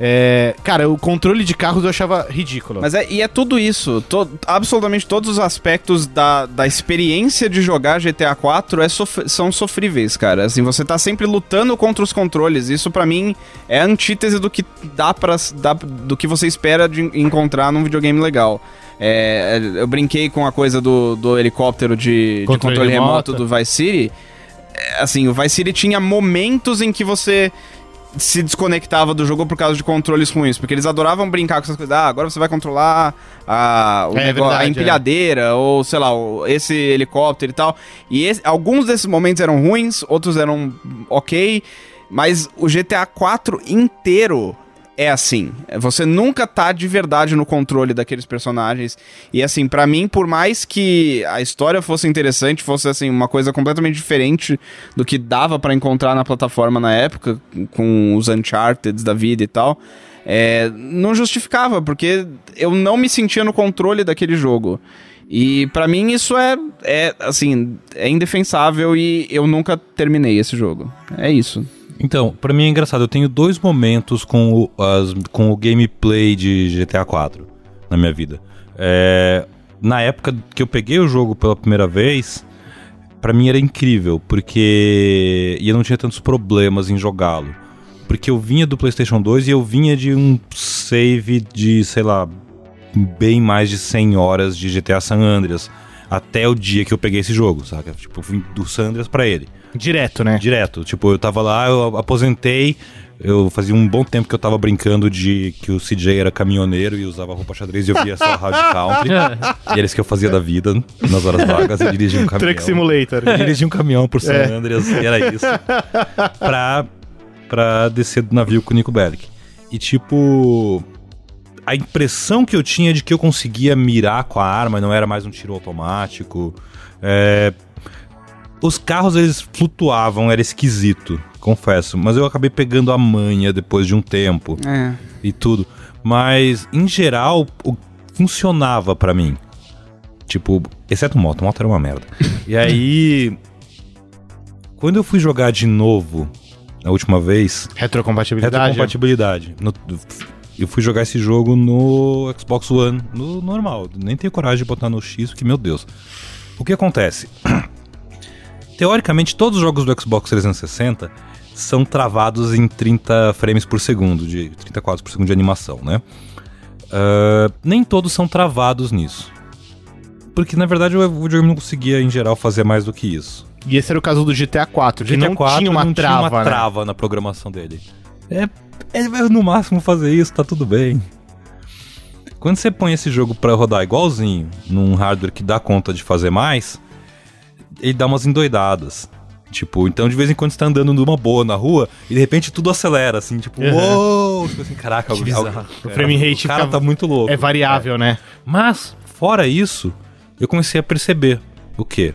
Speaker 1: É, cara, o controle de carros eu achava ridículo.
Speaker 3: Mas é, e é tudo isso. to- absolutamente todos os aspectos da, da experiência de jogar GTA 4 é sof- são sofríveis, cara. Assim, você tá sempre lutando contra os controles. Isso pra mim é a antítese do que dá para do que você espera de en- encontrar num videogame legal. É, eu brinquei com a coisa do, do helicóptero de de
Speaker 1: Controle
Speaker 3: controle,
Speaker 1: remoto.
Speaker 3: remoto. do Vice City. É, Assim, o Vice City tinha momentos em que você se desconectava do jogo por causa de controles ruins, porque eles adoravam brincar com essas coisas. Ah, agora você vai controlar a, o
Speaker 1: É
Speaker 3: negó- a
Speaker 1: verdade, é.
Speaker 3: empilhadeira, ou sei lá, o- esse helicóptero e tal. E esse- alguns desses momentos eram ruins, outros eram ok, mas o GTA 4 inteiro é assim. Você nunca tá de verdade no controle daqueles personagens. E assim, pra mim, por mais que a história fosse interessante, fosse assim uma coisa completamente diferente do que dava pra encontrar na plataforma na época, com os Uncharted da vida e tal, é, não justificava, porque eu não me sentia no controle daquele jogo. E pra mim isso é, é assim, é indefensável e eu nunca terminei esse jogo. É isso.
Speaker 2: Então, pra mim é engraçado, eu tenho dois momentos com o, as- com o gameplay de GTA IV na minha vida. É, na época que eu peguei o jogo pela primeira vez, pra mim era incrível, porque e eu não tinha tantos problemas em jogá-lo. Porque eu vinha do PlayStation 2 e eu vinha de um save de, sei lá, bem mais de 100 horas de GTA San Andreas. Até o dia que eu peguei esse jogo, saca? Tipo, eu vim do San Andreas pra ele.
Speaker 1: Direto, né?
Speaker 2: Direto. Tipo, eu tava lá, eu aposentei. Eu fazia um bom tempo que eu tava brincando de que o CJ era caminhoneiro e usava roupa xadrez e eu via só rádio country. e era isso que eu fazia da vida nas horas vagas e dirigia um caminhão.
Speaker 1: Truck Simulator.
Speaker 2: Eu dirigi um caminhão por San
Speaker 1: É.
Speaker 2: Andreas, e era isso. pra, pra descer do navio com o Nico Bellic. E tipo. A impressão que eu tinha de que eu conseguia mirar com a arma, e não era mais um tiro automático. É, os carros eles flutuavam, era esquisito, confesso. Mas eu acabei pegando a manha depois de um tempo
Speaker 3: É.
Speaker 2: e tudo. Mas, em geral, o- funcionava pra mim. Tipo, exceto moto, moto era uma merda. E aí. quando eu fui jogar de novo, na última vez,
Speaker 1: Retrocompatibilidade.
Speaker 2: retrocompatibilidade. No, eu fui jogar esse jogo no Xbox One, no normal. Nem tenho coragem de botar no X, porque, meu Deus. O que acontece? Teoricamente, todos os jogos do Xbox 360 são travados em 30 frames por segundo, de 30 quadros por segundo de animação, né? Ah, nem todos são travados nisso. Porque, na verdade, o videogame não conseguia, em geral, fazer mais do que isso.
Speaker 1: E esse era o caso do GTA IV, que
Speaker 2: GTA
Speaker 1: não
Speaker 2: IV
Speaker 1: tinha uma
Speaker 2: não
Speaker 1: trava,
Speaker 2: tinha uma
Speaker 1: né?
Speaker 2: trava na programação dele. É, ele vai no máximo fazer isso, tá tudo bem. Quando você põe esse jogo pra rodar igualzinho, num hardware que dá conta de fazer mais, ele dá umas endoidadas. Tipo, então de vez em quando você tá andando numa boa na rua e de repente tudo acelera, assim, tipo,
Speaker 1: Uhum.
Speaker 2: uou! Tipo assim, caraca,
Speaker 4: Que
Speaker 2: algu-
Speaker 4: bizarro.
Speaker 2: algu-
Speaker 1: O frame
Speaker 2: é,
Speaker 1: rate
Speaker 2: o cara
Speaker 1: fica-
Speaker 2: tá muito louco.
Speaker 1: É variável, né?
Speaker 2: Mas, fora isso, eu comecei a perceber o quê?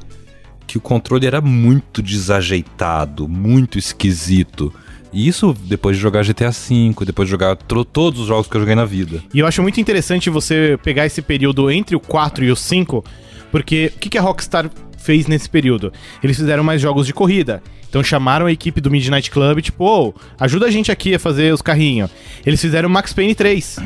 Speaker 2: Que o controle era muito desajeitado, muito esquisito. E isso depois de jogar GTA V, depois de jogar tro- todos os jogos que eu joguei na vida.
Speaker 1: E eu acho muito interessante você pegar esse período entre o 4 e o 5, porque o que, que a Rockstar fez nesse período? Eles fizeram mais jogos de corrida. Então chamaram a equipe do Midnight Club, tipo, ô, ajuda a gente aqui a fazer os carrinhos. Eles fizeram Max Payne 3.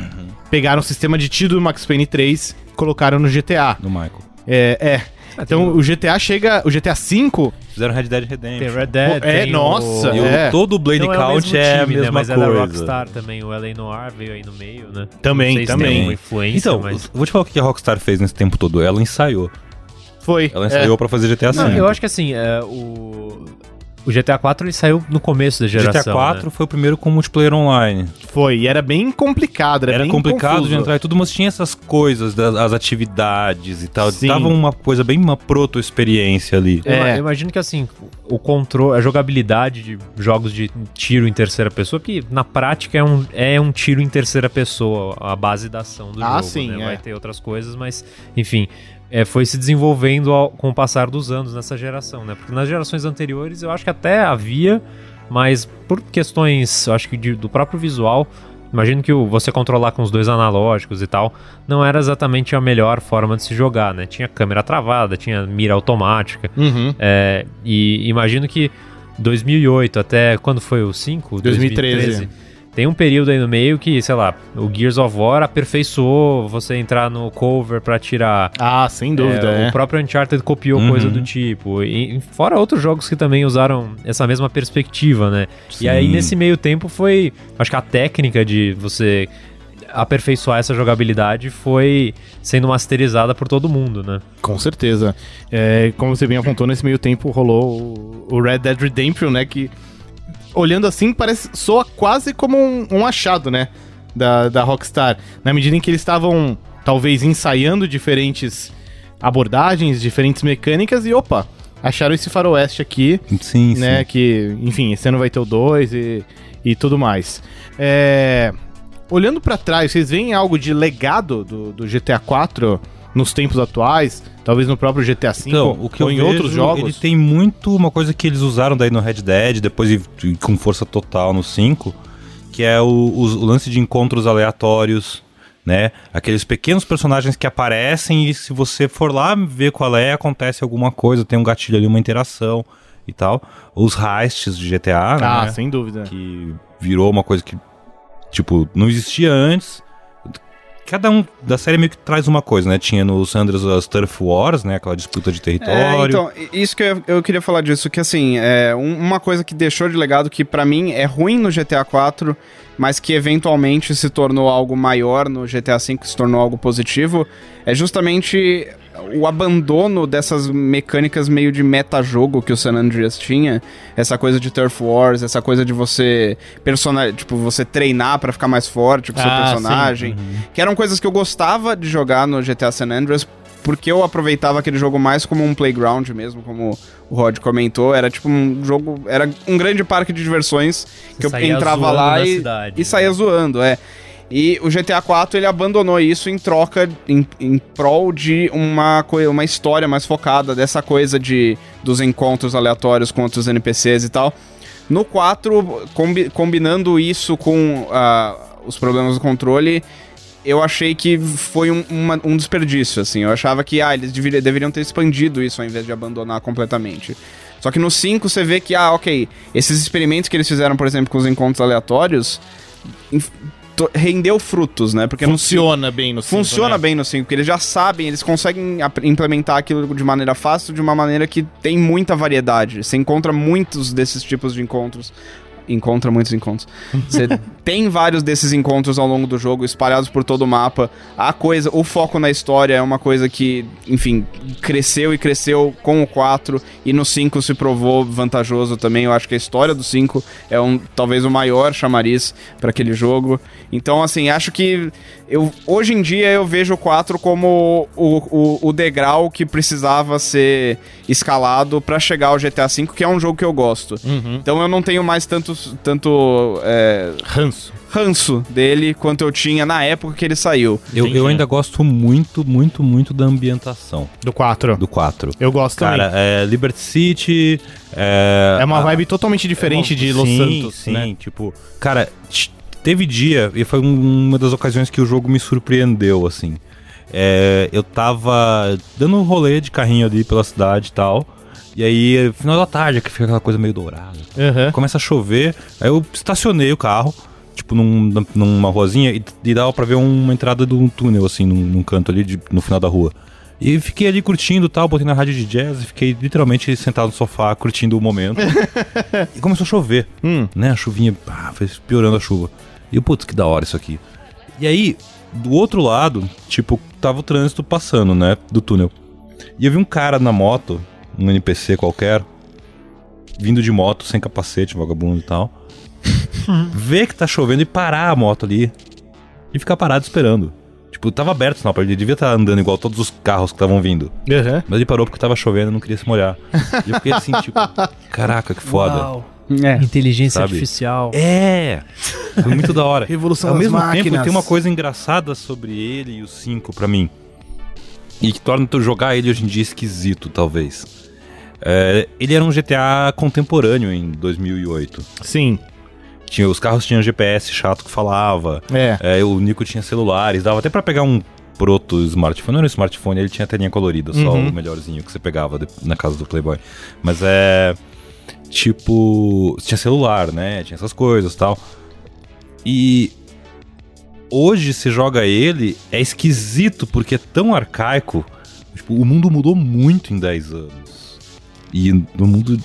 Speaker 1: Pegaram o sistema de tiro do Max Payne 3, colocaram no GTA.
Speaker 2: No Michael.
Speaker 1: É, é. Então o GTA chega, o GTA 5
Speaker 2: Fizeram Red Dead
Speaker 4: Tem
Speaker 2: Redemption.
Speaker 4: Red Dead.
Speaker 1: É,
Speaker 4: tem
Speaker 1: nossa,
Speaker 4: O...
Speaker 2: E
Speaker 1: é.
Speaker 2: o, todo o Blade
Speaker 4: Não é o mesmo
Speaker 2: Count
Speaker 4: time,
Speaker 2: é a mesma
Speaker 4: né? Mas
Speaker 2: coisa.
Speaker 4: é da Rockstar também. O L.A. Noir veio aí no meio, né?
Speaker 1: Também,
Speaker 4: Não sei se
Speaker 1: também.
Speaker 4: tem uma influência,
Speaker 2: Então,
Speaker 4: mas...
Speaker 2: eu vou te falar o que a Rockstar fez nesse tempo todo. Ela ensaiou.
Speaker 1: foi.
Speaker 2: Ela
Speaker 1: é.
Speaker 2: ensaiou pra fazer GTA V.
Speaker 4: Não, eu acho que assim, é, o... O GTA 4 ele saiu no começo da geração. né?
Speaker 2: GTA IV foi o primeiro com multiplayer online.
Speaker 1: Foi, e era bem complicado, era,
Speaker 2: Era
Speaker 1: bem
Speaker 2: complicado
Speaker 1: confuso.
Speaker 2: de entrar e tudo, mas tinha essas coisas, das, as atividades e tal.
Speaker 1: Sim.
Speaker 2: Tava uma coisa bem uma proto-experiência ali.
Speaker 4: Eu,
Speaker 1: É.
Speaker 4: eu imagino que assim, o controle, a jogabilidade de jogos de tiro em terceira pessoa, que na prática é um, é um tiro em terceira pessoa, a base da ação do
Speaker 1: Ah,
Speaker 4: jogo.
Speaker 1: sim,
Speaker 4: né?
Speaker 1: é.
Speaker 4: Vai ter outras coisas, mas enfim. é, foi se desenvolvendo ao- com o passar dos anos nessa geração, né? Porque nas gerações anteriores eu acho que até havia, mas por questões, eu acho que de- do próprio visual, imagino que o, você controlar com os dois analógicos e tal, não era exatamente a melhor forma de se jogar, né? Tinha câmera travada, tinha mira automática.
Speaker 1: Uhum.
Speaker 4: É, e imagino que 2008 até quando foi o 5?
Speaker 1: 2013.
Speaker 4: Tem um período aí no meio que, sei lá, o Gears of War aperfeiçoou você entrar no cover pra tirar.
Speaker 1: Ah, sem dúvida,
Speaker 4: É,
Speaker 1: é.
Speaker 4: O próprio Uncharted copiou
Speaker 2: Uhum.
Speaker 4: coisa do tipo. E, e fora outros jogos que também usaram essa mesma perspectiva, né? E aí,
Speaker 2: Sim.
Speaker 4: nesse meio tempo, foi. Acho que a técnica de você aperfeiçoar essa jogabilidade foi sendo masterizada por todo mundo, né?
Speaker 1: Com certeza. É, como você bem apontou, nesse meio tempo rolou o- o Red Dead Redemption, né? Que, olhando assim, parece soa quase como um, um achado, né? Da, da Rockstar. Na medida em que eles estavam, talvez, ensaiando diferentes abordagens, diferentes mecânicas, e opa, acharam esse faroeste aqui,
Speaker 2: Sim,
Speaker 1: né? Que, enfim, esse ano vai ter o 2 e, e tudo mais. É, olhando pra trás, vocês veem algo de legado do, do GTA 4 nos tempos atuais? Talvez no próprio GTA 5
Speaker 2: Então, o que
Speaker 1: ou
Speaker 2: eu
Speaker 1: em
Speaker 2: vejo,
Speaker 1: outros
Speaker 2: Ele
Speaker 1: jogos?
Speaker 2: tem muito uma coisa que eles usaram daí no Red Dead, depois e- e com força total no 5, que é o, os- o lance de encontros aleatórios, né? Aqueles pequenos personagens que aparecem e se você for lá ver qual é, acontece alguma coisa, tem um gatilho ali, uma interação e tal. Os heists de GTA,
Speaker 1: Ah,
Speaker 2: né?
Speaker 1: sem dúvida.
Speaker 2: que virou uma coisa que, tipo, não existia antes. Cada um da série meio que traz uma coisa, né? Tinha no Sanders as Turf Wars, né? Aquela disputa de território.
Speaker 3: É, então, i- isso que eu, eu queria falar disso, que assim, é, um- uma coisa que deixou de legado que pra mim é ruim no GTA IV, mas que eventualmente se tornou algo maior no GTA V, se tornou algo positivo, é justamente o abandono dessas mecânicas meio de metajogo que o San Andreas tinha, essa coisa de Turf Wars, essa coisa de você persona, tipo, você treinar pra ficar mais forte com o seu
Speaker 1: Ah, sim.
Speaker 3: personagem, que eram coisas que eu gostava de jogar no GTA San Andreas, porque eu aproveitava aquele jogo mais como um playground mesmo, como o Rod comentou, era tipo um jogo, era um grande parque de diversões que eu
Speaker 4: saía
Speaker 3: entrava
Speaker 4: zoando
Speaker 3: lá
Speaker 4: na
Speaker 3: e,
Speaker 4: cidade,
Speaker 3: e saía zoando, é. E o GTA IV ele abandonou isso em troca, em, em prol de uma, coi- uma história mais focada, dessa coisa de dos encontros aleatórios com outros NPCs e tal. No 4, combi- combinando isso com ah, os problemas do controle, eu achei que foi um, uma- um desperdício, assim. Eu achava que, ah, eles deveri- deveriam ter expandido isso ao invés de abandonar completamente. Só que no 5 você vê que, ah, ok, esses experimentos que eles fizeram, por exemplo, com os encontros aleatórios, inf- to- rendeu frutos, né? Porque no cinco-
Speaker 1: Funciona bem no cinco,
Speaker 3: Funciona
Speaker 1: né?
Speaker 3: bem no 5, porque eles já sabem, eles conseguem ap- implementar aquilo de maneira fácil, de uma maneira que tem muita variedade. Você encontra muitos desses tipos de encontros. Encontra muitos encontros. Você tem vários desses encontros ao longo do jogo, espalhados por todo o mapa. A coisa, o foco na história é uma coisa que, enfim, cresceu e cresceu com o 4 e no 5 se provou vantajoso também. Eu acho que a história do 5 é um talvez o maior chamariz para aquele jogo. Então, assim, acho que eu, hoje em dia eu vejo o 4 como o, o, o degrau que precisava ser escalado para chegar ao GTA V, que é um jogo que eu gosto.
Speaker 1: Uhum.
Speaker 3: Então eu não tenho mais tanto, tanto é,
Speaker 1: Ranço.
Speaker 3: ranço dele quanto eu tinha na época que ele saiu.
Speaker 2: eu,
Speaker 1: Entendi.
Speaker 2: eu ainda gosto muito, muito, muito da ambientação
Speaker 1: Do 4.
Speaker 2: do 4.
Speaker 1: Eu gosto também.
Speaker 2: Cara, é Liberty City. É,
Speaker 1: É uma
Speaker 2: a-
Speaker 1: vibe totalmente diferente de Los
Speaker 2: sim,
Speaker 1: Santos,
Speaker 2: sim,
Speaker 1: né?
Speaker 2: tipo, cara, t- teve dia, e foi um- uma das ocasiões que o jogo me surpreendeu, assim. É, eu tava dando um rolê de carrinho ali pela cidade e tal, e aí, final da tarde, que fica aquela coisa meio dourada,
Speaker 1: Aham.
Speaker 2: né? começa a chover, aí eu estacionei o carro, tipo, num- numa ruazinha, e, e dava pra ver uma entrada de um túnel, assim, num, num canto ali, de- no final da rua. E fiquei ali curtindo e tal, botei na rádio de jazz e fiquei literalmente sentado no sofá curtindo o momento. e começou a chover,
Speaker 1: Hum.
Speaker 2: né? A chuvinha, pá, foi piorando a chuva. E eu, putz, que da hora isso aqui. E aí, do outro lado, tipo, tava o trânsito passando, né? Do túnel. E eu vi um cara na moto, um NPC qualquer, vindo de moto, sem capacete, vagabundo e tal. ver que tá chovendo e parar a moto ali. E ficar parado esperando. Tipo, tava aberto o sinal pra ele, ele devia estar andando igual todos os carros que estavam vindo.
Speaker 1: Aham.
Speaker 2: Mas ele parou porque tava chovendo e não queria se molhar. E eu fiquei assim, tipo, caraca, que foda.
Speaker 3: É.
Speaker 4: Inteligência
Speaker 2: Sabe?
Speaker 4: artificial.
Speaker 2: É! Foi muito da hora.
Speaker 1: Revolução
Speaker 2: Ao
Speaker 1: das
Speaker 2: mesmo tempo,
Speaker 1: máquinas.
Speaker 2: tem uma coisa engraçada sobre ele e o 5 pra mim. E que torna tu jogar ele hoje em dia esquisito, talvez. É, ele era um GTA contemporâneo em 2008.
Speaker 1: Sim,
Speaker 2: Tinha, os carros tinham GPS chato que falava.
Speaker 1: é.
Speaker 2: É, o Nico tinha celulares, dava até pra pegar um proto smartphone. Não era um smartphone, ele tinha telinha colorida, só
Speaker 1: Uhum.
Speaker 2: o melhorzinho que você pegava de- na casa do Playboy. Mas é. Tipo. Tinha celular, né? Tinha essas coisas e tal. E hoje se joga ele, é esquisito porque é tão arcaico. Tipo, o mundo mudou muito em 10 anos. E no mundo.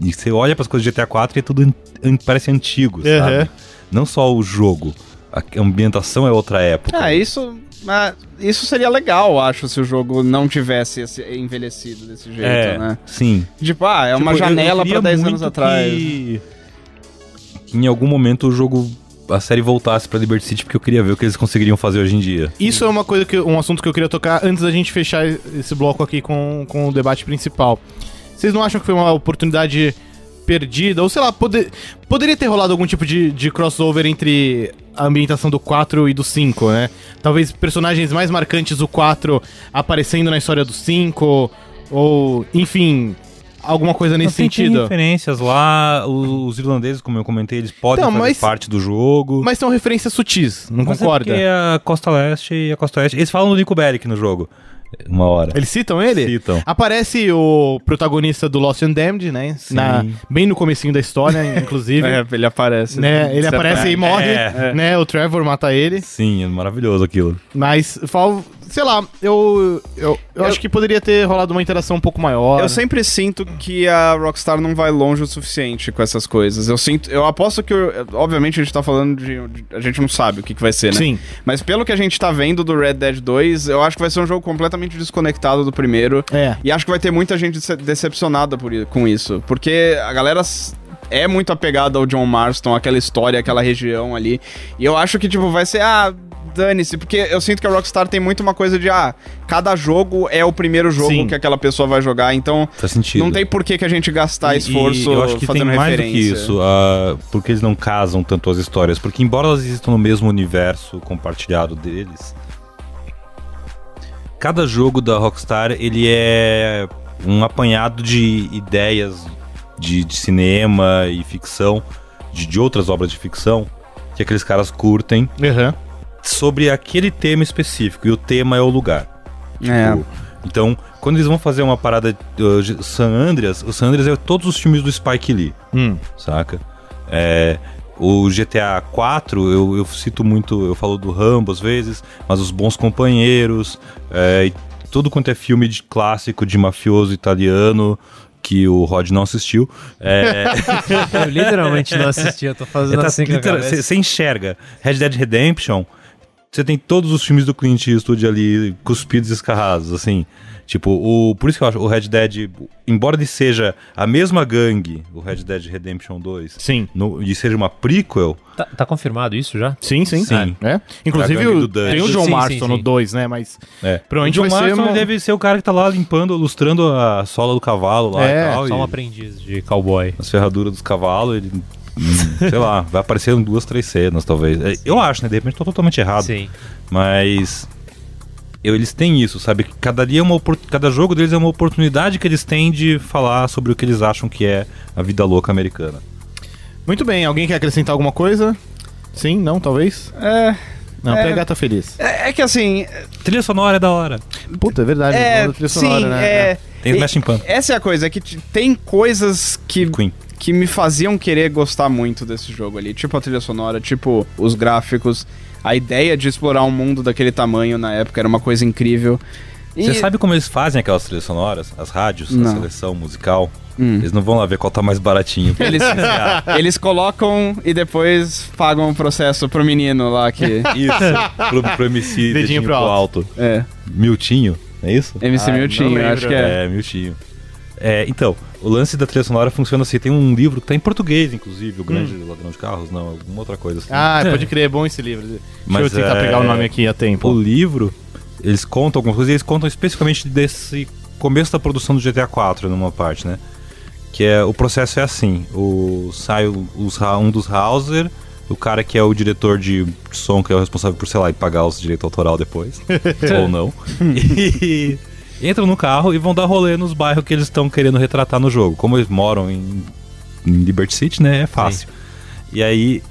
Speaker 2: E você olha para as coisas de GTA 4 e é tudo an- an- parece antigo,
Speaker 1: Uhum.
Speaker 2: sabe? Não só o jogo. A ambientação é outra época.
Speaker 3: Ah, isso. ah, isso seria legal, acho, se o jogo não tivesse esse- envelhecido desse jeito,
Speaker 2: é,
Speaker 3: né?
Speaker 2: sim.
Speaker 3: Tipo, ah, é
Speaker 2: Tipo,
Speaker 3: uma
Speaker 2: eu- eu
Speaker 3: janela
Speaker 2: queria
Speaker 3: pra 10
Speaker 2: muito
Speaker 3: anos atrás.
Speaker 2: Que... que em algum momento o jogo, a série voltasse pra Liberty City, porque eu queria ver o que eles conseguiriam fazer hoje em dia.
Speaker 1: Isso é uma coisa que, um assunto que eu queria tocar antes da gente fechar esse bloco aqui com, com o debate principal. Vocês não acham que foi uma oportunidade perdida? Ou sei lá, poder- poderia ter rolado algum tipo de, de crossover entre a ambientação do 4 e do 5, né? Talvez personagens mais marcantes do 4 aparecendo na história do 5, ou enfim, alguma coisa nesse
Speaker 2: Não, tem- Tem
Speaker 1: sentido.
Speaker 2: referências lá, o- os irlandeses, como eu comentei, eles podem
Speaker 1: Então,
Speaker 2: fazer
Speaker 1: mas-
Speaker 2: parte do jogo.
Speaker 1: Mas são referências sutis, não
Speaker 2: Mas é
Speaker 1: concorda?
Speaker 2: porque a Costa Leste e a Costa Oeste... Eles falam do Nico Bellic no jogo, uma hora.
Speaker 1: Eles citam ele?
Speaker 2: Citam.
Speaker 1: Aparece o protagonista do Lost and Damned, né? Na- bem no comecinho da história, inclusive.
Speaker 3: É, ele aparece.
Speaker 1: né? Ele aparece e morre,
Speaker 2: É.
Speaker 1: né? O Trevor mata ele.
Speaker 2: Sim, é maravilhoso aquilo.
Speaker 1: Mas, fal- sei lá, eu, eu, eu, acho que poderia ter rolado uma interação um pouco maior.
Speaker 3: Eu sempre sinto que a Rockstar não vai longe o suficiente com essas coisas. Eu sinto, eu aposto que, eu- obviamente, a gente tá falando de, de- a gente não sabe o que, que vai ser, né?
Speaker 1: Sim.
Speaker 3: Mas pelo que a gente tá vendo do Red Dead 2, eu acho que vai ser um jogo completamente desconectado do primeiro.
Speaker 1: É.
Speaker 3: E acho que vai ter muita gente dece- decepcionada por, i- com isso. Porque a galera s- é muito apegada ao John Marston, aquela história, aquela região ali. E eu acho que, tipo, vai ser, ah, dane-se. Porque eu sinto que a Rockstar tem muito uma coisa de, ah, cada jogo é o primeiro jogo
Speaker 1: Sim.
Speaker 3: que aquela pessoa vai jogar. Então,
Speaker 2: Faz sentido.
Speaker 3: não tem por que, que a gente gastar
Speaker 2: E-
Speaker 3: tá esforço
Speaker 2: e eu acho que tem
Speaker 3: fazendo
Speaker 2: mais do que
Speaker 3: referência.
Speaker 2: isso ah, porque eles não casam tanto as histórias porque embora elas existam no mesmo universo compartilhado deles cada jogo da Rockstar ele é um apanhado de ideias de, de cinema e ficção de, de outras obras de ficção que aqueles caras curtem
Speaker 1: Aham.
Speaker 2: sobre aquele tema específico e o tema é o lugar
Speaker 3: É.
Speaker 2: Tipo, Então, quando eles vão fazer uma parada uh, de San Andreas, o San Andreas é todos os filmes do Spike Lee,
Speaker 1: Hum.
Speaker 2: saca? É, o GTA 4, eu, eu cito muito, eu falo do Rambo às vezes, mas os Bons Companheiros, é, e tudo quanto é filme de clássico de mafioso italiano que o Rod não assistiu, é,
Speaker 4: Eu literalmente não assisti, eu tô fazendo
Speaker 2: Tá-
Speaker 4: assim com a
Speaker 2: literal-
Speaker 4: cabeça.
Speaker 2: Você você enxerga Red Dead Redemption, você tem todos os filmes do Clint Eastwood ali cuspidos e escarrados, assim. Tipo, o, por isso que eu acho o Red Dead, embora ele seja a mesma gangue, o Red Dead Redemption 2,
Speaker 1: Sim.
Speaker 2: no- e seja uma prequel,
Speaker 4: Tá, tá confirmado isso já?
Speaker 1: Sim, sim.
Speaker 2: Sim.
Speaker 1: É. Inclusive,
Speaker 2: Da gangue
Speaker 1: o-
Speaker 2: do Dutch.
Speaker 1: tem o John
Speaker 4: Sim, sim,
Speaker 1: Marston no
Speaker 4: sim.
Speaker 1: 2, né? Mas
Speaker 2: é.
Speaker 1: Provavelmente
Speaker 2: o John
Speaker 1: vai ser
Speaker 2: Marston
Speaker 1: uma-
Speaker 2: deve ser o cara que tá lá limpando, lustrando a sola do cavalo lá
Speaker 1: É,
Speaker 2: e tal.
Speaker 4: Só um
Speaker 2: e
Speaker 4: aprendiz de cowboy.
Speaker 2: as ferraduras dos cavalos, ele... hum, sei lá, vai aparecer em duas, três cenas, talvez. É, Eu acho, né? De repente eu tô totalmente errado.
Speaker 4: Sim.
Speaker 2: Mas eu- eles têm isso, sabe? Cada, dia é uma opor- cada jogo deles é uma oportunidade que eles têm de falar sobre o que eles acham que é a vida louca americana.
Speaker 1: muito bem. Alguém quer acrescentar alguma coisa? Sim, não, talvez?
Speaker 2: tipo,
Speaker 3: É,
Speaker 1: Não,
Speaker 3: É.
Speaker 1: é. PH tá feliz.
Speaker 3: é, é que assim.
Speaker 2: Trilha sonora é da hora.
Speaker 1: Puta, é verdade.
Speaker 3: É,
Speaker 1: não trilha
Speaker 3: sim,
Speaker 1: sonora, né?
Speaker 3: é.
Speaker 2: Tem
Speaker 3: E-
Speaker 2: Smashing Pump.
Speaker 3: Essa é a coisa, é que t- tem coisas que
Speaker 2: Queen.
Speaker 3: que me faziam querer gostar muito desse jogo ali. Tipo a trilha sonora, tipo os gráficos. A ideia de explorar um mundo daquele tamanho na época era uma coisa incrível. E-
Speaker 2: Você sabe como eles fazem aquelas trilhas sonoras? As rádios,
Speaker 3: Não.
Speaker 2: a seleção musical?
Speaker 3: Hum.
Speaker 2: Eles não vão lá ver qual tá mais baratinho.
Speaker 3: Eles,
Speaker 1: Ah.
Speaker 3: eles colocam e depois pagam o processo pro menino lá que.
Speaker 2: Isso. Pro, pro MC, dedinho, pro,
Speaker 1: pro
Speaker 2: alto.
Speaker 3: É,
Speaker 2: Miltinho, é isso?
Speaker 3: MC
Speaker 1: Ah, não
Speaker 3: Miltinho,
Speaker 1: lembro.
Speaker 3: acho que é.
Speaker 2: É, Miltinho. É, então, o lance da trilha sonora funciona assim. Tem um livro que tá em português, inclusive, o Grande
Speaker 3: Hum.
Speaker 2: Ladrão de Carros, não, alguma outra coisa assim.
Speaker 1: Ah, pode crer, é bom esse livro.
Speaker 2: Mas
Speaker 1: Deixa eu tentar
Speaker 2: é-
Speaker 1: pegar o nome aqui a
Speaker 2: O
Speaker 1: tempo.
Speaker 2: livro, eles contam algumas coisas, e eles contam especificamente desse começo da produção do GTA IV numa parte, né? Que é, o processo é assim, o sai o- os, Ra- um dos Hauser, o cara que é o diretor de som, que é o responsável por, sei lá, pagar os direitos autoral depois, ou não. E entram no carro e vão dar rolê nos bairros que eles estão querendo retratar no jogo. Como eles moram em, em Liberty City, né, é fácil. E aí